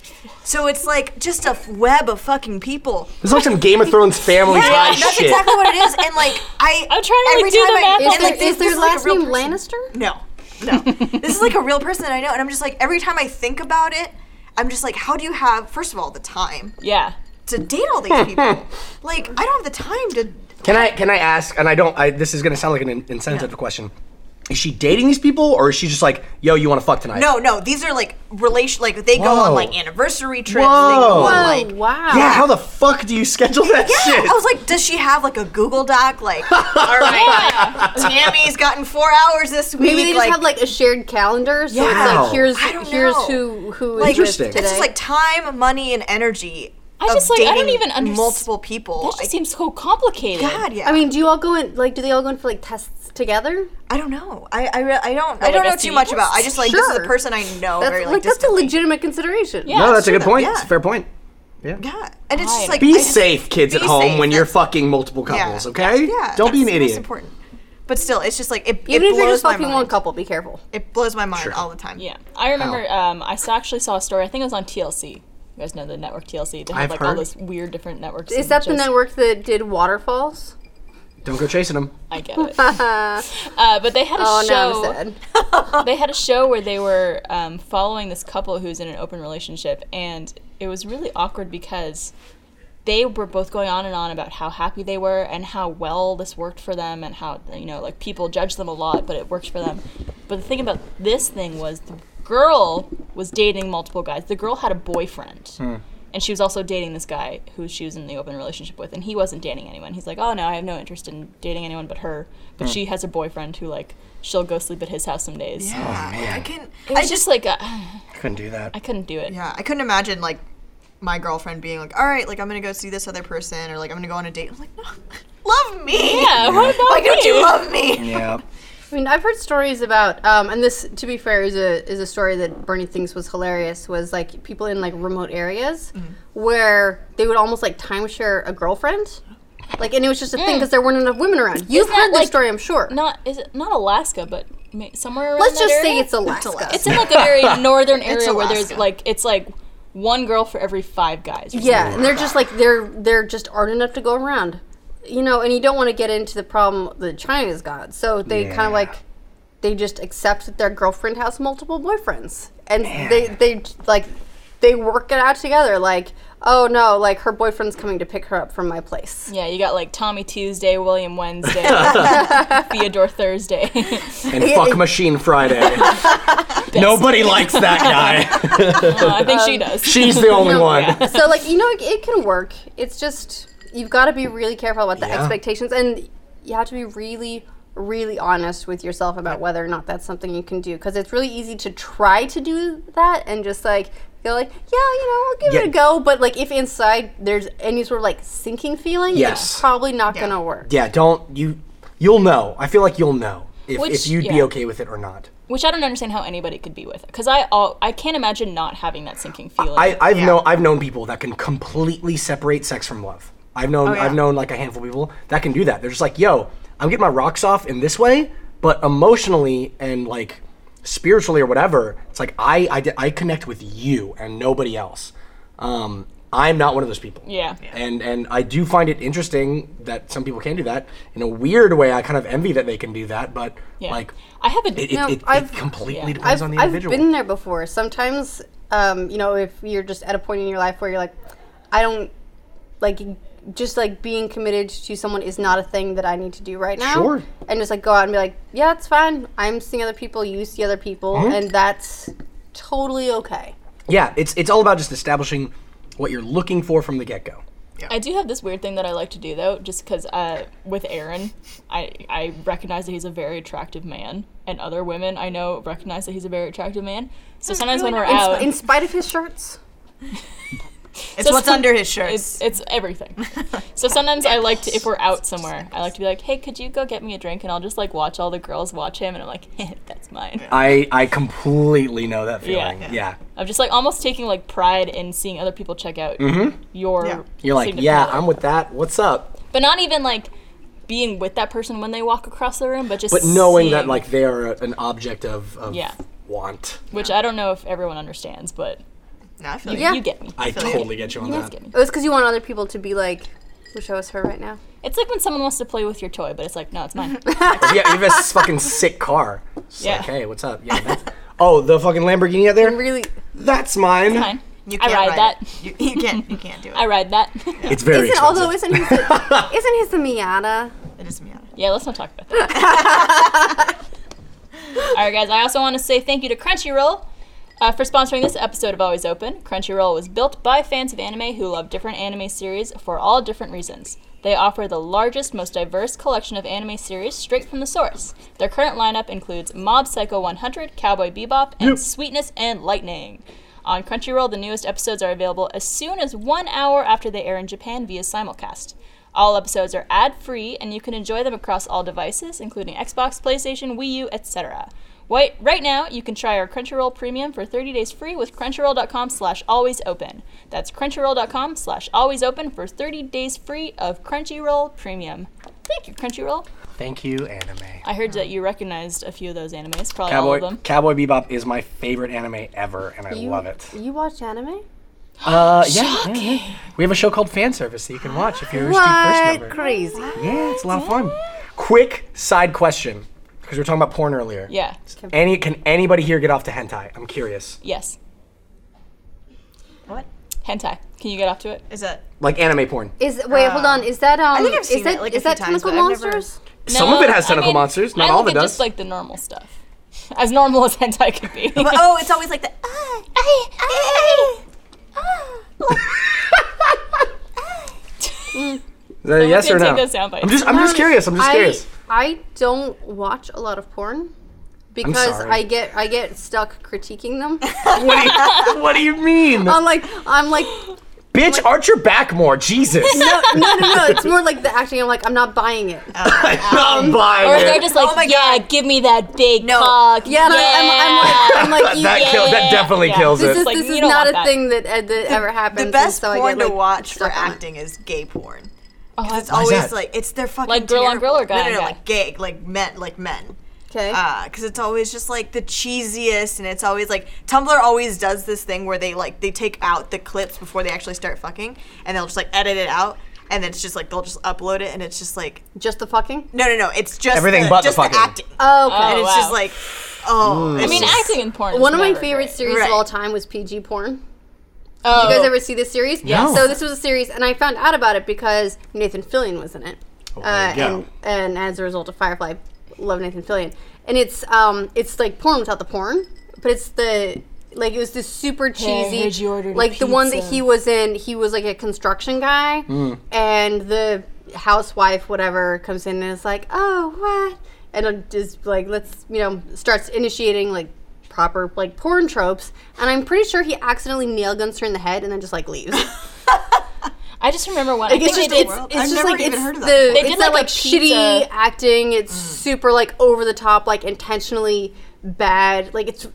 Speaker 3: So it's like just a f- web of fucking people.
Speaker 4: It's like some Game of Thrones family
Speaker 3: Yeah,
Speaker 4: tie
Speaker 3: that's
Speaker 4: shit.
Speaker 3: exactly what it is. And like I,
Speaker 1: (laughs) I'm trying to, like,
Speaker 3: every
Speaker 1: do
Speaker 3: time
Speaker 1: the
Speaker 3: I-
Speaker 1: math
Speaker 3: and,
Speaker 1: on
Speaker 2: Is,
Speaker 1: like,
Speaker 2: there,
Speaker 3: this-
Speaker 2: is their
Speaker 3: this like a
Speaker 2: last
Speaker 3: real
Speaker 2: name
Speaker 3: person.
Speaker 2: Lannister?
Speaker 3: No, no. this is like a real person that I know, and I'm just like every time I think about it, I'm just like, how do you have first of all the time
Speaker 1: yeah.
Speaker 3: to date all these
Speaker 4: (laughs)
Speaker 3: people? like I don't have the time to.
Speaker 4: Can I can I ask? And I don't. I, this is gonna sound like an in- insensitive question. Is she dating these people, or is she just like, yo, you want to fuck tonight?
Speaker 3: No, no. These are like relation. Like they go on
Speaker 4: Whoa.
Speaker 3: like anniversary trips. They
Speaker 4: Whoa.
Speaker 2: Oh,
Speaker 3: go on like.
Speaker 2: wow.
Speaker 4: Yeah. How the fuck do you schedule that
Speaker 3: Yeah,
Speaker 4: shit?
Speaker 3: I was like, does she have like a Google Doc?
Speaker 4: (laughs)
Speaker 3: Like, all right, Tammy's gotten four hours this week.
Speaker 2: Maybe they just have like a shared calendar, so it's
Speaker 4: Wow.
Speaker 2: like here's
Speaker 3: I don't
Speaker 2: here's
Speaker 3: know.
Speaker 2: who who is
Speaker 3: Like,
Speaker 2: with
Speaker 4: Interesting.
Speaker 2: today.
Speaker 3: It's just like time, money, and energy.
Speaker 1: I
Speaker 3: of
Speaker 1: just, like, I don't
Speaker 3: dating
Speaker 1: even underst-
Speaker 3: multiple people.
Speaker 1: That just seems so complicated.
Speaker 3: I, God, yeah.
Speaker 2: I mean, do you all go in like do they all go in for like tests together?
Speaker 3: I don't know. I I, re- I don't I don't
Speaker 1: like,
Speaker 3: know
Speaker 1: STDs?
Speaker 3: too much about. I just like this is
Speaker 2: Sure.
Speaker 3: a person I know
Speaker 2: That's
Speaker 3: very like,
Speaker 2: like that's a
Speaker 3: distantly.
Speaker 2: legitimate consideration.
Speaker 1: Yeah.
Speaker 4: no, that's a good
Speaker 3: sure,
Speaker 4: point.
Speaker 3: "Oh, yeah.
Speaker 4: It's a fair point.
Speaker 3: yeah, and it's just
Speaker 1: God.
Speaker 3: like
Speaker 4: Be
Speaker 3: I just-
Speaker 4: safe, kids
Speaker 3: be
Speaker 4: at home,
Speaker 3: safe.
Speaker 4: when you're
Speaker 3: That's-
Speaker 4: fucking multiple couples. Okay.
Speaker 3: Yeah,
Speaker 4: Don't be
Speaker 3: that's the
Speaker 4: an
Speaker 3: most
Speaker 4: idiot.
Speaker 3: important. But still, it's just like it, it
Speaker 2: Even if you're
Speaker 3: blows
Speaker 2: just
Speaker 3: my
Speaker 2: fucking
Speaker 3: mind.
Speaker 2: one couple, be careful.
Speaker 3: It blows my mind all the time.
Speaker 1: Yeah, I remember. Um, I s- actually saw a story. I think it was on TLC. You guys know the network TLC. They have
Speaker 4: I've
Speaker 1: like all
Speaker 4: heard.
Speaker 1: those weird different networks.
Speaker 2: Is
Speaker 1: and
Speaker 2: that the
Speaker 1: shows.
Speaker 2: network that did waterfalls?
Speaker 4: Don't go chasing them.
Speaker 1: I get
Speaker 2: (laughs)
Speaker 1: it. uh, but they had a
Speaker 2: Oh, now I'm
Speaker 1: show. (laughs)
Speaker 2: sad.
Speaker 1: they had a show where they were um, following this couple who's in an open relationship, and it was really awkward because they were both going on and on about how happy they were and how well this worked for them, and how you know like people judge them a lot, but it works for them. But the thing about this thing was the girl was dating multiple guys. The girl had a boyfriend. And she was also dating this guy who she was in the open relationship with, and he wasn't dating anyone. He's like, "Oh no, I have no interest in dating anyone but her." But she has a boyfriend who, like, she'll go sleep at his house some days.
Speaker 2: Oh,
Speaker 3: Yeah, like, I can.
Speaker 1: It was
Speaker 3: I just,
Speaker 1: just like a,
Speaker 4: Couldn't
Speaker 3: (laughs)
Speaker 4: do that.
Speaker 1: I couldn't do it.
Speaker 3: yeah, I couldn't imagine like my girlfriend being like, all right, like I'm gonna go see this other person, or like I'm gonna go on a date. I'm like, no, (laughs) love me.
Speaker 1: Yeah, what about
Speaker 3: (laughs) Like, don't you
Speaker 1: me?
Speaker 3: love me?
Speaker 4: Yeah.
Speaker 2: I mean, I've heard stories about, um, and this, to be fair, is a is a story that Bernie thinks was hilarious. Was like people in like remote areas
Speaker 1: Mm-hmm.
Speaker 2: where they would almost like timeshare a girlfriend, like, and it was just a thing because there weren't enough women around. You've
Speaker 1: Isn't that,
Speaker 2: heard this
Speaker 1: like,
Speaker 2: story, I'm sure.
Speaker 1: Not is it not Alaska, but ma- somewhere around.
Speaker 2: Let's
Speaker 1: that
Speaker 2: just say
Speaker 1: area?
Speaker 2: it's Alaska.
Speaker 1: It's in like a
Speaker 4: (laughs)
Speaker 1: very northern area where
Speaker 3: Alaska.
Speaker 1: there's like it's like one girl for every five guys. or
Speaker 2: yeah, and they're just like they're they're just ardent enough to go around, you know. And you don't want to get into the problem that China's got, so they kind
Speaker 4: Yeah.
Speaker 2: of like they just accept that their girlfriend has multiple boyfriends, and they they like they work it out together. Like, oh no, like her boyfriend's coming to pick her up from my place.
Speaker 1: something. Yeah, you got like Tommy Tuesday, William
Speaker 4: (laughs)
Speaker 1: Wednesday, Theodore Thursday.
Speaker 4: And fuck Machine
Speaker 3: (laughs)
Speaker 4: Friday. Nobody likes that guy.
Speaker 1: Uh, I think she does.
Speaker 4: Um, She's the only
Speaker 2: (laughs)
Speaker 4: one.
Speaker 2: so like you know, it, it can work. It's just you've got to be really careful about the
Speaker 4: Yeah.
Speaker 2: expectations, and you have to be really. Really honest with yourself about whether or not that's something you can do because it's really easy to try to do that and just like They're like, yeah, you know, I'll give it
Speaker 4: Yeah.
Speaker 2: a go, but like if inside there's any sort of like sinking feeling,
Speaker 4: Yes.
Speaker 2: it's probably not
Speaker 3: Yeah.
Speaker 2: gonna work.
Speaker 4: Yeah, don't you? You'll know. I feel like you'll know if, if
Speaker 1: Which-
Speaker 4: you'd be
Speaker 1: yeah.
Speaker 4: okay with it or not.
Speaker 1: Which I don't understand how anybody could be with, because I all, I can't imagine not having that sinking feeling.
Speaker 4: I, I've
Speaker 3: Yeah.
Speaker 4: known I've known people that can completely separate sex from love. I've known
Speaker 1: Oh,
Speaker 3: yeah.
Speaker 4: I've known like a handful of people that can do that. They're just like, yo, I'm getting my rocks off in this way, but emotionally and like spiritually or whatever, it's like I I, di- I connect with you and nobody else. Um, I'm not one of those people.
Speaker 1: Yeah.
Speaker 4: And and I do find it interesting that some people can do that. In a weird way, I kind of envy that they can do that, but
Speaker 1: yeah.
Speaker 4: like
Speaker 1: I have a
Speaker 4: it, it,
Speaker 2: No,
Speaker 4: it, it
Speaker 2: I've-
Speaker 4: completely
Speaker 1: yeah.
Speaker 4: depends on the
Speaker 2: I've
Speaker 4: individual.
Speaker 2: been there before. Sometimes, um, you know, if you're just at a point in your life where you're like, I don't like just like being committed to someone is not a thing that I need to do right now.
Speaker 4: Sure.
Speaker 2: And just like go out and be like, yeah, it's fine. I'm seeing other people. You see other people,
Speaker 4: Mm-hmm.
Speaker 2: and that's totally okay.
Speaker 4: yeah, it's it's all about just establishing what you're looking for from the get go.
Speaker 1: I do have this weird thing that I like to do though, just because uh, with Aaron, I I recognize that he's a very attractive man, and other women I know recognize that he's a very attractive man. So sometimes when we're
Speaker 2: In,
Speaker 1: out,
Speaker 2: in spite of his shirts.
Speaker 3: It's what's under his shirt.
Speaker 1: it's it's
Speaker 3: (laughs)
Speaker 1: everything. so sometimes I like to, if we're out somewhere, I like to be like, hey, could you go get me a drink? And I'll just like watch all the girls watch him, and I'm like, (laughs) "Heh, that's mine.
Speaker 4: I I completely know that feeling. Yeah.
Speaker 1: Yeah. I'm just like almost taking like pride in seeing other people check out your.
Speaker 3: Yeah.
Speaker 4: Mm-hmm. You're like,
Speaker 1: significant
Speaker 4: yeah,
Speaker 1: other."
Speaker 4: I'm with that. What's up?
Speaker 1: but not even like being with that person when they walk across the room, but just
Speaker 4: But knowing that
Speaker 1: seeing-
Speaker 4: like they are a- an object of, of
Speaker 1: Yeah.
Speaker 4: want.
Speaker 1: which I don't know if everyone understands, but
Speaker 3: no, I feel like
Speaker 2: Yeah.
Speaker 1: you get me.
Speaker 4: I totally get you on that.
Speaker 1: get me.
Speaker 2: It was because you want other people to be like, wish I was her right now.
Speaker 1: It's like when someone wants to play with your toy, but it's like, no, it's
Speaker 4: (laughs)
Speaker 1: mine.
Speaker 4: yeah, you have a (laughs) s- fucking sick car. It's
Speaker 1: Yeah.
Speaker 4: like, hey, what's up? Yeah. That's, (laughs) oh, the fucking Lamborghini out there.
Speaker 2: Really,
Speaker 4: That's mine.
Speaker 1: Mine.
Speaker 3: you
Speaker 1: I
Speaker 3: can't
Speaker 1: ride, that.
Speaker 3: it. You, you can't. You can't do (laughs) it.
Speaker 1: I ride that.
Speaker 4: It's
Speaker 2: isn't
Speaker 4: very expensive.
Speaker 2: although isn't his
Speaker 4: (laughs)
Speaker 2: the, isn't his the Miata?
Speaker 3: It is Miata.
Speaker 1: yeah, let's not talk about that. All right, guys. I also want to say thank you to Crunchyroll. Uh, for sponsoring this episode of Always Open, Crunchyroll was built by fans of anime who love different anime series for all different reasons. They offer the largest, most diverse collection of anime series straight from the source. Their current lineup includes Mob Psycho 100, Cowboy Bebop, and Sweetness and Lightning. On Crunchyroll, the newest episodes are available as soon as one hour after they air in Japan via simulcast. All episodes are ad free, and you can enjoy them across all devices, including Xbox, PlayStation, Wii U, etc. Wait, right now, you can try our Crunchyroll Premium for 30 days free with crunchyroll.com slash always open. That's crunchyroll.com slash always open for 30 days free of Crunchyroll Premium. Thank you, Crunchyroll.
Speaker 4: Thank you, anime.
Speaker 1: I heard that you recognized a few of those animes, probably all
Speaker 4: Cowboy
Speaker 1: of them.
Speaker 4: Cowboy Bebop is my favorite anime ever, and I love it.
Speaker 2: You watch anime?
Speaker 4: Uh, yeah, yeah, yeah. We have a show called Fan Service that you can watch if you're a Steve First member.
Speaker 2: What crazy?
Speaker 4: Yeah, it's a lot of fun. Quick side question, because we were talking about porn earlier.
Speaker 1: Yeah.
Speaker 4: Any can anybody here get off to hentai? I'm curious.
Speaker 1: Yes.
Speaker 3: What
Speaker 1: Hentai. Can you get off to it?
Speaker 3: is that?
Speaker 4: Like anime porn.
Speaker 2: Is wait, hold on. Is that um?
Speaker 3: think I've
Speaker 2: is
Speaker 3: seen
Speaker 2: that,
Speaker 3: it, like, a
Speaker 2: is that
Speaker 3: few times,
Speaker 2: tentacle
Speaker 3: but I've never-
Speaker 2: monsters?
Speaker 4: Some of it has
Speaker 1: I
Speaker 4: tentacle
Speaker 1: mean,
Speaker 4: monsters. Not
Speaker 1: I
Speaker 4: all of
Speaker 1: look
Speaker 4: it
Speaker 1: at
Speaker 4: does.
Speaker 1: just like the normal stuff. (laughs) As normal as hentai could be.
Speaker 3: But, oh,
Speaker 1: (laughs)
Speaker 3: it's always like the. Ah, ah, ah, ah.
Speaker 4: (laughs)
Speaker 3: (laughs) Oh.
Speaker 1: (laughs) Mm.
Speaker 4: Is that a yes
Speaker 1: can
Speaker 4: or no?
Speaker 1: take those sound bites.
Speaker 4: I'm just, I'm just curious. I'm just
Speaker 2: I
Speaker 1: (laughs)
Speaker 4: curious.
Speaker 2: I don't watch a lot of porn because
Speaker 4: sorry.
Speaker 2: I get I get stuck critiquing them. (laughs)
Speaker 4: What do you, what do you mean?
Speaker 1: Um,
Speaker 2: I'm like I'm like (laughs)
Speaker 4: Bitch, arch your back more. Jesus.
Speaker 2: no no no no. It's more like the acting. I'm like I'm not buying it.
Speaker 4: (laughs) I'm not
Speaker 1: Or
Speaker 4: buying
Speaker 1: they're
Speaker 4: it.
Speaker 1: just like,
Speaker 3: Oh my
Speaker 1: yeah,
Speaker 3: God.
Speaker 1: give me that big
Speaker 3: No.
Speaker 1: cock.
Speaker 2: Yeah, and I'm, I'm, I'm like I'm like you,
Speaker 4: (laughs) That, kill, that
Speaker 1: yeah,
Speaker 4: definitely
Speaker 1: yeah.
Speaker 4: kills
Speaker 2: This
Speaker 4: it.
Speaker 2: is
Speaker 1: Like,
Speaker 2: this
Speaker 1: you
Speaker 2: is
Speaker 1: don't
Speaker 2: not
Speaker 1: want
Speaker 2: a
Speaker 1: that.
Speaker 2: thing that uh, that ever happens.
Speaker 3: The
Speaker 2: and
Speaker 3: best
Speaker 2: so I
Speaker 3: porn
Speaker 2: get,
Speaker 3: to
Speaker 2: like,
Speaker 3: watch for
Speaker 2: stuck on it.
Speaker 3: acting is gay porn.
Speaker 1: Oh,
Speaker 3: It's
Speaker 4: is
Speaker 3: always
Speaker 4: that?
Speaker 3: like it's they're fucking
Speaker 1: Like girl on
Speaker 3: terrible.
Speaker 1: girl or guy
Speaker 3: No, no,
Speaker 1: on
Speaker 3: no,
Speaker 1: guy?
Speaker 3: like gay, like men, like men.
Speaker 2: Okay.
Speaker 3: because it's always just like the cheesiest, and it's always like Tumblr always does this thing where they like they take out the clips before they actually start fucking, and they'll just like edit it out, and then it's just like they'll just upload it, and it's just like
Speaker 2: Just the fucking.
Speaker 3: no, no, no, it's just
Speaker 4: Everything
Speaker 3: the,
Speaker 4: but the
Speaker 3: just the,
Speaker 4: fucking.
Speaker 3: acting,
Speaker 2: Oh, okay.
Speaker 3: and it's
Speaker 1: wow.
Speaker 3: just like oh,
Speaker 1: I mean, acting in porn. is
Speaker 2: One of my
Speaker 1: never
Speaker 2: favorite
Speaker 1: great.
Speaker 2: series
Speaker 3: Right.
Speaker 2: of all time was PG porn.
Speaker 1: Oh,
Speaker 2: You guys ever see this series?
Speaker 4: Yeah. No.
Speaker 2: So this was a series, and I found out about it because Nathan Fillion was in it,
Speaker 4: there
Speaker 1: uh,
Speaker 4: you go.
Speaker 2: and Uh, and as a result of Firefly, love Nathan Fillion, and it's um it's like porn without the porn, but it's the like it was this super cheesy,
Speaker 1: heard you ordered a
Speaker 2: like the one that
Speaker 1: pizza.
Speaker 2: he was in. He was like a construction guy,
Speaker 4: Hmm.
Speaker 2: and the housewife whatever comes in and is like, oh what, and uh, just like let's you know starts initiating like proper like porn tropes, and I'm pretty sure he accidentally nail guns her in the head and then just like leaves. (laughs)
Speaker 1: I just remember when I think
Speaker 2: It's
Speaker 1: they
Speaker 2: just,
Speaker 1: did.
Speaker 2: it's,
Speaker 3: world.
Speaker 2: it's
Speaker 3: I've
Speaker 2: just
Speaker 3: never
Speaker 2: like
Speaker 3: even
Speaker 2: it's
Speaker 3: heard of that
Speaker 2: the
Speaker 3: before. They
Speaker 2: it's
Speaker 1: did, like,
Speaker 2: that, like
Speaker 1: a
Speaker 2: shitty
Speaker 1: pizza-
Speaker 2: acting. It's super like over the top, like intentionally bad. Like it's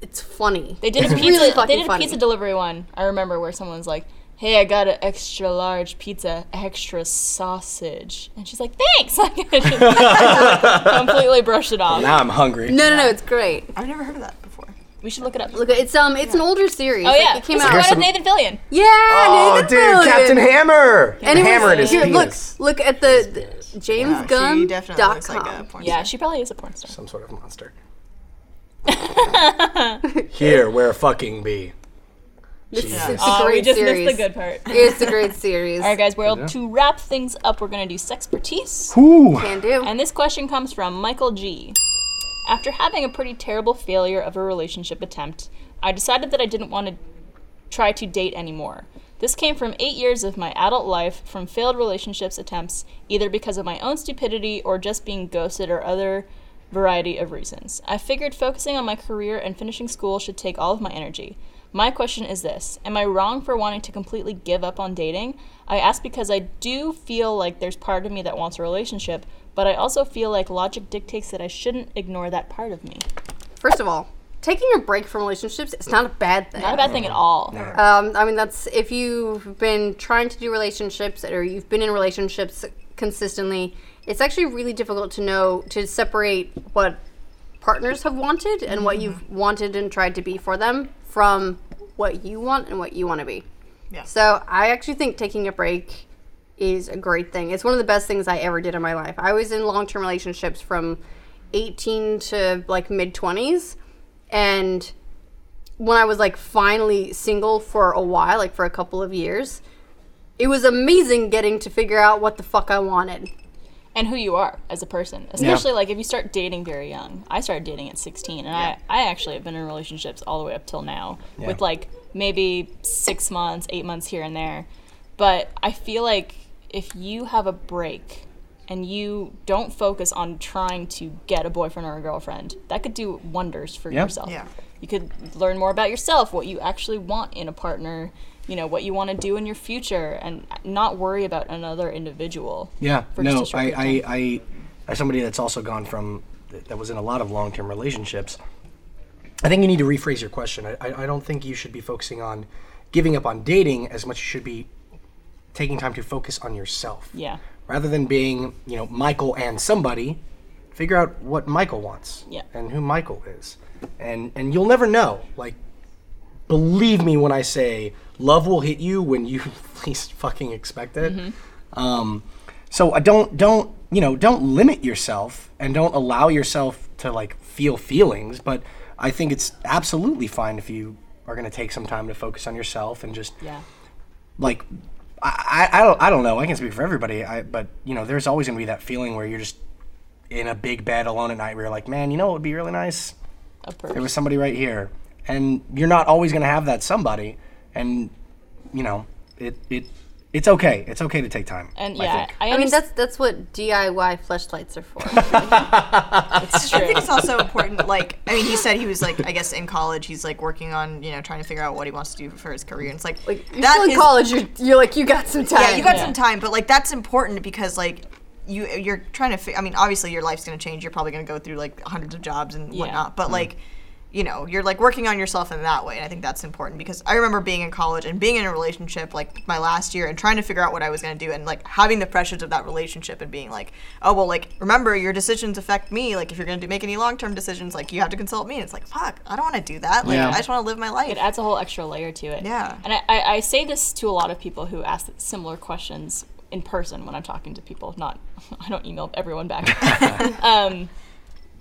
Speaker 2: it's funny.
Speaker 1: They did a
Speaker 2: It's
Speaker 1: pizza.
Speaker 2: really
Speaker 1: they
Speaker 2: fucking
Speaker 1: did a
Speaker 2: funny.
Speaker 1: pizza delivery one. I remember where someone's like, "Hey, I got an extra large pizza, extra sausage," and she's like, "Thanks." (laughs) Like, completely brushed it off.
Speaker 4: Now I'm hungry.
Speaker 2: No, no, no. It's great.
Speaker 3: I've never heard of that before.
Speaker 1: We should look it up.
Speaker 2: Look, it's um, it's an older series.
Speaker 1: oh
Speaker 2: like,
Speaker 1: yeah,
Speaker 2: it came
Speaker 1: This is
Speaker 2: out.
Speaker 1: the one
Speaker 4: Here's some-
Speaker 1: with Nathan Fillion.
Speaker 2: Yeah,
Speaker 4: Oh,
Speaker 2: Nathan
Speaker 4: dude,
Speaker 2: Fillion.
Speaker 4: Captain Hammer!
Speaker 2: And it was-
Speaker 4: Hammer in his
Speaker 2: here, look,
Speaker 4: penis.
Speaker 2: look at the the James
Speaker 3: She
Speaker 2: Gunn
Speaker 3: definitely
Speaker 2: dot
Speaker 3: looks like a
Speaker 2: com.
Speaker 3: porn
Speaker 1: Yeah, she probably is a porn star.
Speaker 4: Some sort of monster. (laughs) Here, where a fucking bee.
Speaker 2: This is-
Speaker 4: Jesus.
Speaker 2: It's a
Speaker 1: Uh, we
Speaker 2: great
Speaker 1: just missed the
Speaker 2: series.
Speaker 1: good part. All
Speaker 2: It's a great series.
Speaker 1: right, guys. Well, to wrap things up, we're gonna do sexpertise.
Speaker 4: Ooh.
Speaker 2: Can do.
Speaker 1: And this question comes from Michael G. After having a pretty terrible failure of a relationship attempt, I decided that I didn't want to try to date anymore. This came from eight years of my adult life from failed relationships attempts, either because of my own stupidity or just being ghosted or other variety of reasons. I figured focusing on my career and finishing school should take all of my energy. My question is this Am I wrong for wanting to completely give up on dating? I ask because I do feel like there's part of me that wants a relationship, but I also feel like logic dictates that I shouldn't ignore that part of me.
Speaker 2: First of all, taking a break from relationships is not a bad thing.
Speaker 1: Not a bad thing at all.
Speaker 2: Um, I mean, that's if you've been trying to do relationships or you've been in relationships consistently, it's actually really difficult to know to separate what partners have wanted and what you've wanted and tried to be for them from what you want and what you want to be.
Speaker 3: Yeah.
Speaker 2: So I actually think taking a break is a great thing. It's one of the best things I ever did in my life. I was in long term relationships from 18 to like mid 20s. And when I was like finally single for a while, like for a couple of years, it was amazing getting to figure out what the fuck I wanted.
Speaker 1: and who you are as a person especially like if you start dating very young i started dating at 16 and I, I actually have been in relationships all the way up till now with like maybe six months eight months here and there but i feel like if you have a break and you don't focus on trying to get a boyfriend or a girlfriend that could do wonders for
Speaker 4: Yeah.
Speaker 1: yourself
Speaker 3: Yeah.
Speaker 1: you could learn more about yourself, what you actually want in a partner, you know, what you want to do in your future, and not worry about another individual.
Speaker 4: Yeah,
Speaker 1: for
Speaker 4: no,
Speaker 1: just a
Speaker 4: I,
Speaker 1: short
Speaker 4: I,
Speaker 1: period of
Speaker 4: I, as somebody that's also gone from, that was in a lot of long-term relationships, I think you need to rephrase your question. I, I, I don't think you should be focusing on giving up on dating as much as you should be taking time to focus on yourself.
Speaker 1: Yeah.
Speaker 4: Rather than being, you know, Michael and somebody, figure out what Michael wants.
Speaker 1: Yeah.
Speaker 4: And who Michael is, and and you'll never know. Like, believe me when I say love will hit you when you (laughs) least fucking expect it.
Speaker 1: Mm-hmm.
Speaker 4: Um, so I don't don't you know don't limit yourself and don't allow yourself to like feel feelings. But I think it's absolutely fine if you are going to take some time to focus on yourself and just
Speaker 1: yeah.
Speaker 4: like I, I I don't I don't know. I can speak for everybody. I but you know there's always going to be that feeling where you're just in a big bed alone at night where you're like, man, you know it would be really nice
Speaker 1: A
Speaker 4: there
Speaker 1: person.
Speaker 4: was somebody right here and you're not always going to have that somebody and you know it it it's okay it's okay to take time
Speaker 1: And
Speaker 4: I
Speaker 1: yeah,
Speaker 4: think.
Speaker 1: I,
Speaker 2: I mean,
Speaker 1: understand.
Speaker 2: that's that's what DIY fleshlights are for.
Speaker 1: that's
Speaker 3: I think
Speaker 1: true.
Speaker 3: it's also important. Like, I mean, he said he was like, I guess in college, he's like working on, you know, trying to figure out what he wants to do for his career. And it's like,
Speaker 2: Like, you're
Speaker 3: that
Speaker 2: still in
Speaker 3: is-
Speaker 2: college. You're, you're like, you got some time.
Speaker 3: Yeah, you got
Speaker 1: Yeah.
Speaker 3: some time, but like that's important because like you you're trying to. Fi- I mean, obviously your life's gonna change. You're probably gonna go through like hundreds of jobs and whatnot.
Speaker 1: Mm.
Speaker 3: But like, you know, you're like working on yourself in that way, and I think that's important because I remember being in college and being in a relationship like my last year and trying to figure out what I was gonna do and like having the pressures of that relationship and being like, oh well, like remember your decisions affect me. Like if you're gonna do, make any long term decisions, like you have to consult me. And it's like fuck, I don't want to do that. Like
Speaker 4: Yeah.
Speaker 3: I just want to live my life.
Speaker 1: it adds a whole extra layer to it.
Speaker 3: Yeah.
Speaker 1: And I, I, I say this to a lot of people who ask similar questions in person when I'm talking to people. Not, (laughs) I don't email everyone back. um,
Speaker 4: (laughs)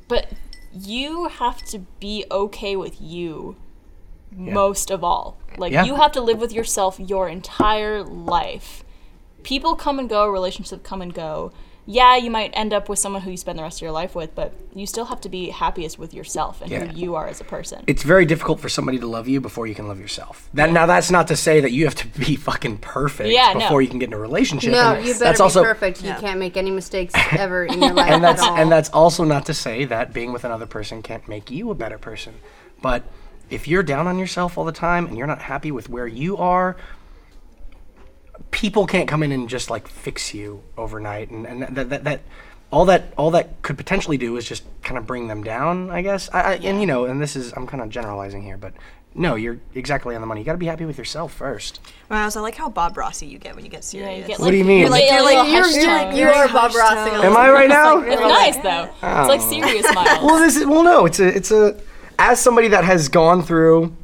Speaker 1: but you have to be okay with you most of all. Like
Speaker 4: Yeah.
Speaker 1: you have to live with yourself your entire life. people come and go, relationships come and go. Yeah, you might end up with someone who you spend the rest of your life with, but you still have to be happiest with yourself and
Speaker 4: Yeah.
Speaker 1: who you are as a person.
Speaker 4: it's very difficult for somebody to love you before you can love yourself. That now that's not to say that you have to be fucking perfect
Speaker 1: Yeah, no.
Speaker 4: before you can get in a relationship.
Speaker 2: No,
Speaker 4: And
Speaker 2: you better
Speaker 4: that's
Speaker 2: be
Speaker 4: also
Speaker 2: perfect. You can't make any mistakes ever in your life
Speaker 4: and that's
Speaker 2: at all.
Speaker 4: and that's also not to say that being with another person can't make you a better person. But if you're down on yourself all the time and you're not happy with where you are, people can't come in and just like fix you overnight and, and that, that that all that all that could potentially do is just kind of bring them down i guess I, I, and you know and this is i'm kind of generalizing here but no you're exactly on the money you got to be happy with yourself first
Speaker 3: Wow, so I like how Bob Rossi you get when you get serious.
Speaker 1: You get,
Speaker 4: What do you mean?
Speaker 1: You're like,
Speaker 4: You're
Speaker 1: you're
Speaker 2: Like,
Speaker 1: like,
Speaker 2: you're,
Speaker 1: hushed
Speaker 2: you're-
Speaker 1: down.
Speaker 2: you are Bob Rossing.
Speaker 3: Am
Speaker 4: am i right now
Speaker 1: It's nice though. It's
Speaker 4: Oh.
Speaker 1: like serious smiles.
Speaker 4: (laughs) well this is well no it's a it's a as somebody that has gone through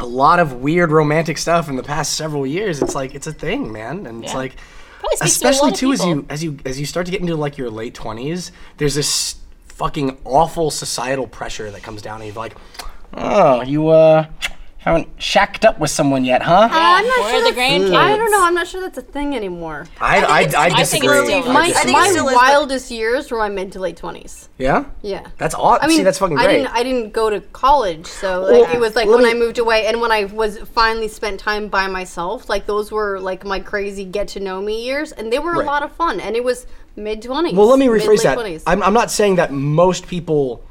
Speaker 4: a lot of weird romantic stuff in the past several years it's like it's a thing man and it's
Speaker 1: Yeah.
Speaker 4: like
Speaker 1: Probably speaks to a
Speaker 4: especially
Speaker 1: lot of
Speaker 4: too as
Speaker 1: people.
Speaker 4: you as you as you start to get into like your late 20s there's this fucking awful societal pressure that comes down and you're like oh you uh haven't shacked up with someone yet huh
Speaker 2: I'm not
Speaker 1: Where
Speaker 2: sure
Speaker 1: are the
Speaker 2: that's-
Speaker 1: grandkids?
Speaker 2: I don't know. I'm not sure that's a thing anymore.
Speaker 4: i i, I,
Speaker 1: I think
Speaker 4: disagree
Speaker 1: it's still- I
Speaker 2: My,
Speaker 3: think it
Speaker 2: my
Speaker 3: still is, but-
Speaker 2: wildest years were my mid to late twenties.
Speaker 4: yeah
Speaker 2: Yeah.
Speaker 4: that's awesome
Speaker 2: I mean,
Speaker 4: see that's fucking great
Speaker 2: I didn't, I didn't go to college, so like,
Speaker 4: Well,
Speaker 2: it was like
Speaker 4: let
Speaker 2: when
Speaker 4: me-
Speaker 2: I moved away and when I was finally spent time by myself. Like those were like my crazy get to know me years, and they were
Speaker 4: Right.
Speaker 2: a lot of fun. And it was mid twenties.
Speaker 4: Well, let me rephrase that. I'm, I'm not saying that most people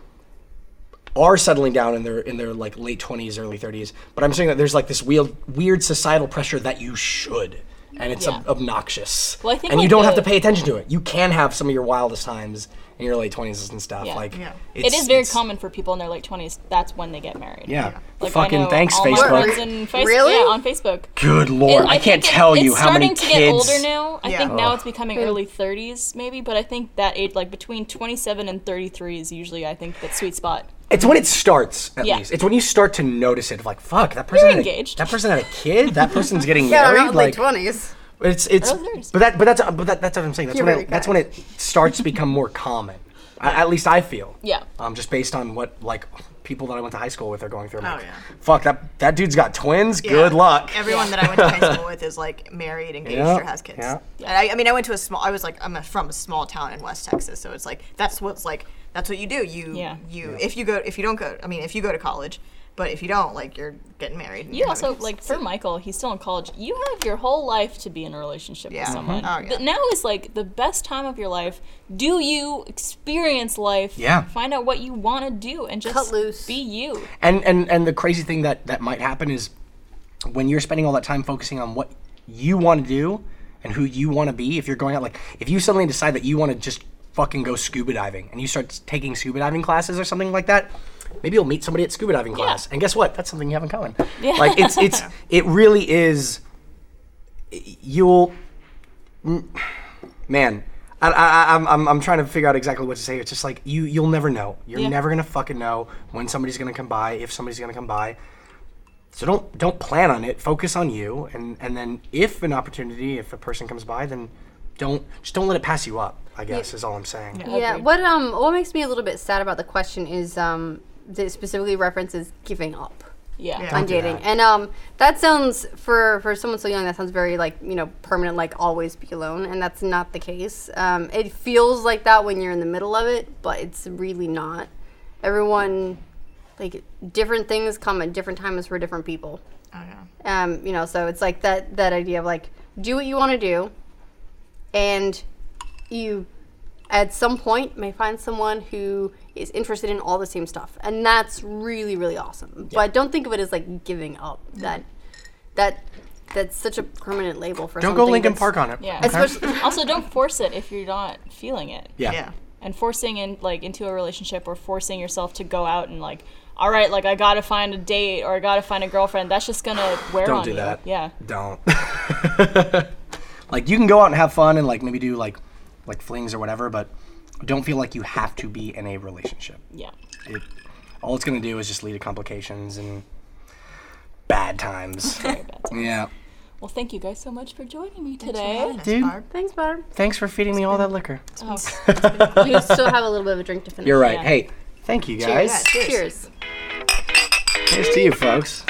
Speaker 4: are settling down in their in their like late 20s, early 30s, but I'm saying that there's like this weird weird societal pressure that you should, and it's ob-
Speaker 1: Yeah.
Speaker 4: obnoxious.
Speaker 1: Well, I think,
Speaker 4: and you
Speaker 1: like,
Speaker 4: don't have
Speaker 1: the-
Speaker 4: to pay attention to it. You can have some of your wildest times in your late 20s and stuff.
Speaker 1: Yeah.
Speaker 4: Like
Speaker 3: Yeah.
Speaker 1: It is very
Speaker 4: it's-
Speaker 1: common for people in their late twenties. That's when they get married.
Speaker 4: Yeah.
Speaker 1: Like, I
Speaker 4: fucking
Speaker 1: know
Speaker 4: thanks,
Speaker 1: all my friends
Speaker 4: Facebook.
Speaker 1: in face-
Speaker 2: Really?
Speaker 1: Yeah, on Facebook.
Speaker 4: Good lord,
Speaker 1: And
Speaker 4: I, can't
Speaker 1: think it-
Speaker 4: tell you
Speaker 1: it's
Speaker 4: how many
Speaker 1: starting to get
Speaker 4: kids.
Speaker 1: older now. I
Speaker 3: Yeah.
Speaker 1: think now it's becoming early 30s, maybe. But I think that age, like between 27 and 33, is usually I think that sweet spot.
Speaker 4: It's when it starts, at
Speaker 1: Yeah.
Speaker 4: least. It's when you start to notice it. Like, fuck, that person had a,
Speaker 1: engaged.
Speaker 4: that person had a kid. That person's getting
Speaker 2: yeah,
Speaker 4: married.
Speaker 2: around late
Speaker 4: like,
Speaker 2: twenties.
Speaker 4: It's it's
Speaker 1: Early thirties.
Speaker 4: but that but that's but that, that's what I'm saying. That's
Speaker 2: You're
Speaker 4: when
Speaker 2: very
Speaker 4: it, that's when it starts to become more common. I, at least I feel.
Speaker 1: Yeah.
Speaker 4: Um, just based on what like people that I went to high school with are going through. I'm
Speaker 3: Oh,
Speaker 4: like,
Speaker 3: yeah.
Speaker 4: Fuck that that dude's got twins.
Speaker 3: Yeah.
Speaker 4: Good luck.
Speaker 3: Everyone that I went to high school with is like married, engaged,
Speaker 4: Yeah,
Speaker 3: or has kids.
Speaker 4: yeah.
Speaker 3: And I, I mean, I went to a small. I was like, I'm a, from a small town in West Texas, so it's like that's what's like that's what you do. You
Speaker 1: Yeah.
Speaker 3: you if you go if you don't go. I mean, if you go to college, but if you don't, like you're getting married. and
Speaker 1: You
Speaker 3: you're having
Speaker 1: also
Speaker 3: kids.
Speaker 1: like for Michael, he's still in college. You have your whole life to be in a relationship
Speaker 3: Yeah.
Speaker 1: with someone.
Speaker 3: Mhm. Oh, yeah.
Speaker 1: But now is like the best time of your life. Do you experience life?
Speaker 4: Yeah.
Speaker 1: Find out what you want to do and just
Speaker 2: Cut loose.
Speaker 1: be you.
Speaker 4: and and and the crazy thing that that might happen is when you're spending all that time focusing on what you want to do and who you want to be if you're going out like if you suddenly decide that you want to just fucking go scuba diving and you start taking scuba diving classes or something like that maybe you'll meet somebody at scuba diving class and guess what that's something you have in common like it's it's it really is you'll mm, man I, I, I'm, I'm, I'm trying to figure out exactly what to say. It's just like you you'll never know. You're never gonna fucking know when somebody's gonna come by, if somebody's gonna come by. So don't don't plan on it. Focus on you, and and then if an opportunity, if a person comes by, then don't just don't let it pass you up. I guess is all I'm saying.
Speaker 2: Yeah. What um what makes me a little bit sad about the question is um that specifically references giving up.
Speaker 1: Yeah.
Speaker 3: Yeah.
Speaker 2: on
Speaker 4: do
Speaker 2: dating.
Speaker 4: that.
Speaker 2: And um, that sounds for for someone so young. That sounds very like you know permanent, like always be alone. And that's not the case. Um, it feels like that when you're in the middle of it, but it's really not. Everyone, like different things come at different times for different people.
Speaker 3: I don't know.
Speaker 2: Um, you know, so it's like that that idea of like do what you want to do, and you at some point may find someone who is interested in all the same stuff and that's really really awesome but don't think of it as like giving up that that that's such a permanent label for
Speaker 4: Don't
Speaker 2: something
Speaker 4: go Lincoln
Speaker 2: that's-
Speaker 4: Park on it.
Speaker 1: Yeah.
Speaker 4: okay?
Speaker 2: especially
Speaker 1: also, don't force it if you're not feeling it.
Speaker 4: yeah.
Speaker 3: Yeah.
Speaker 1: and forcing in like into a relationship or forcing yourself to go out and like all right like i gotta find a date or i gotta find a girlfriend that's just gonna wear
Speaker 4: Don't
Speaker 1: on
Speaker 4: do
Speaker 1: you
Speaker 4: that.
Speaker 1: yeah
Speaker 4: Don't. (laughs) like you can go out and have fun and like maybe do like like flings or whatever, but don't feel like you have to be in a relationship.
Speaker 1: yeah
Speaker 4: It, all it's gonna do is just lead to complications and bad times. yeah.
Speaker 1: well thank you guys so much for joining me today
Speaker 4: Dude,
Speaker 2: (laughs) thanks (laughs) barb
Speaker 4: thanks for feeding me all that liquor.
Speaker 2: you still have a little bit of a drink to finish
Speaker 4: You're right.
Speaker 1: Yeah.
Speaker 4: Hey, thank you guys.
Speaker 2: cheers
Speaker 4: Cheers to you folks.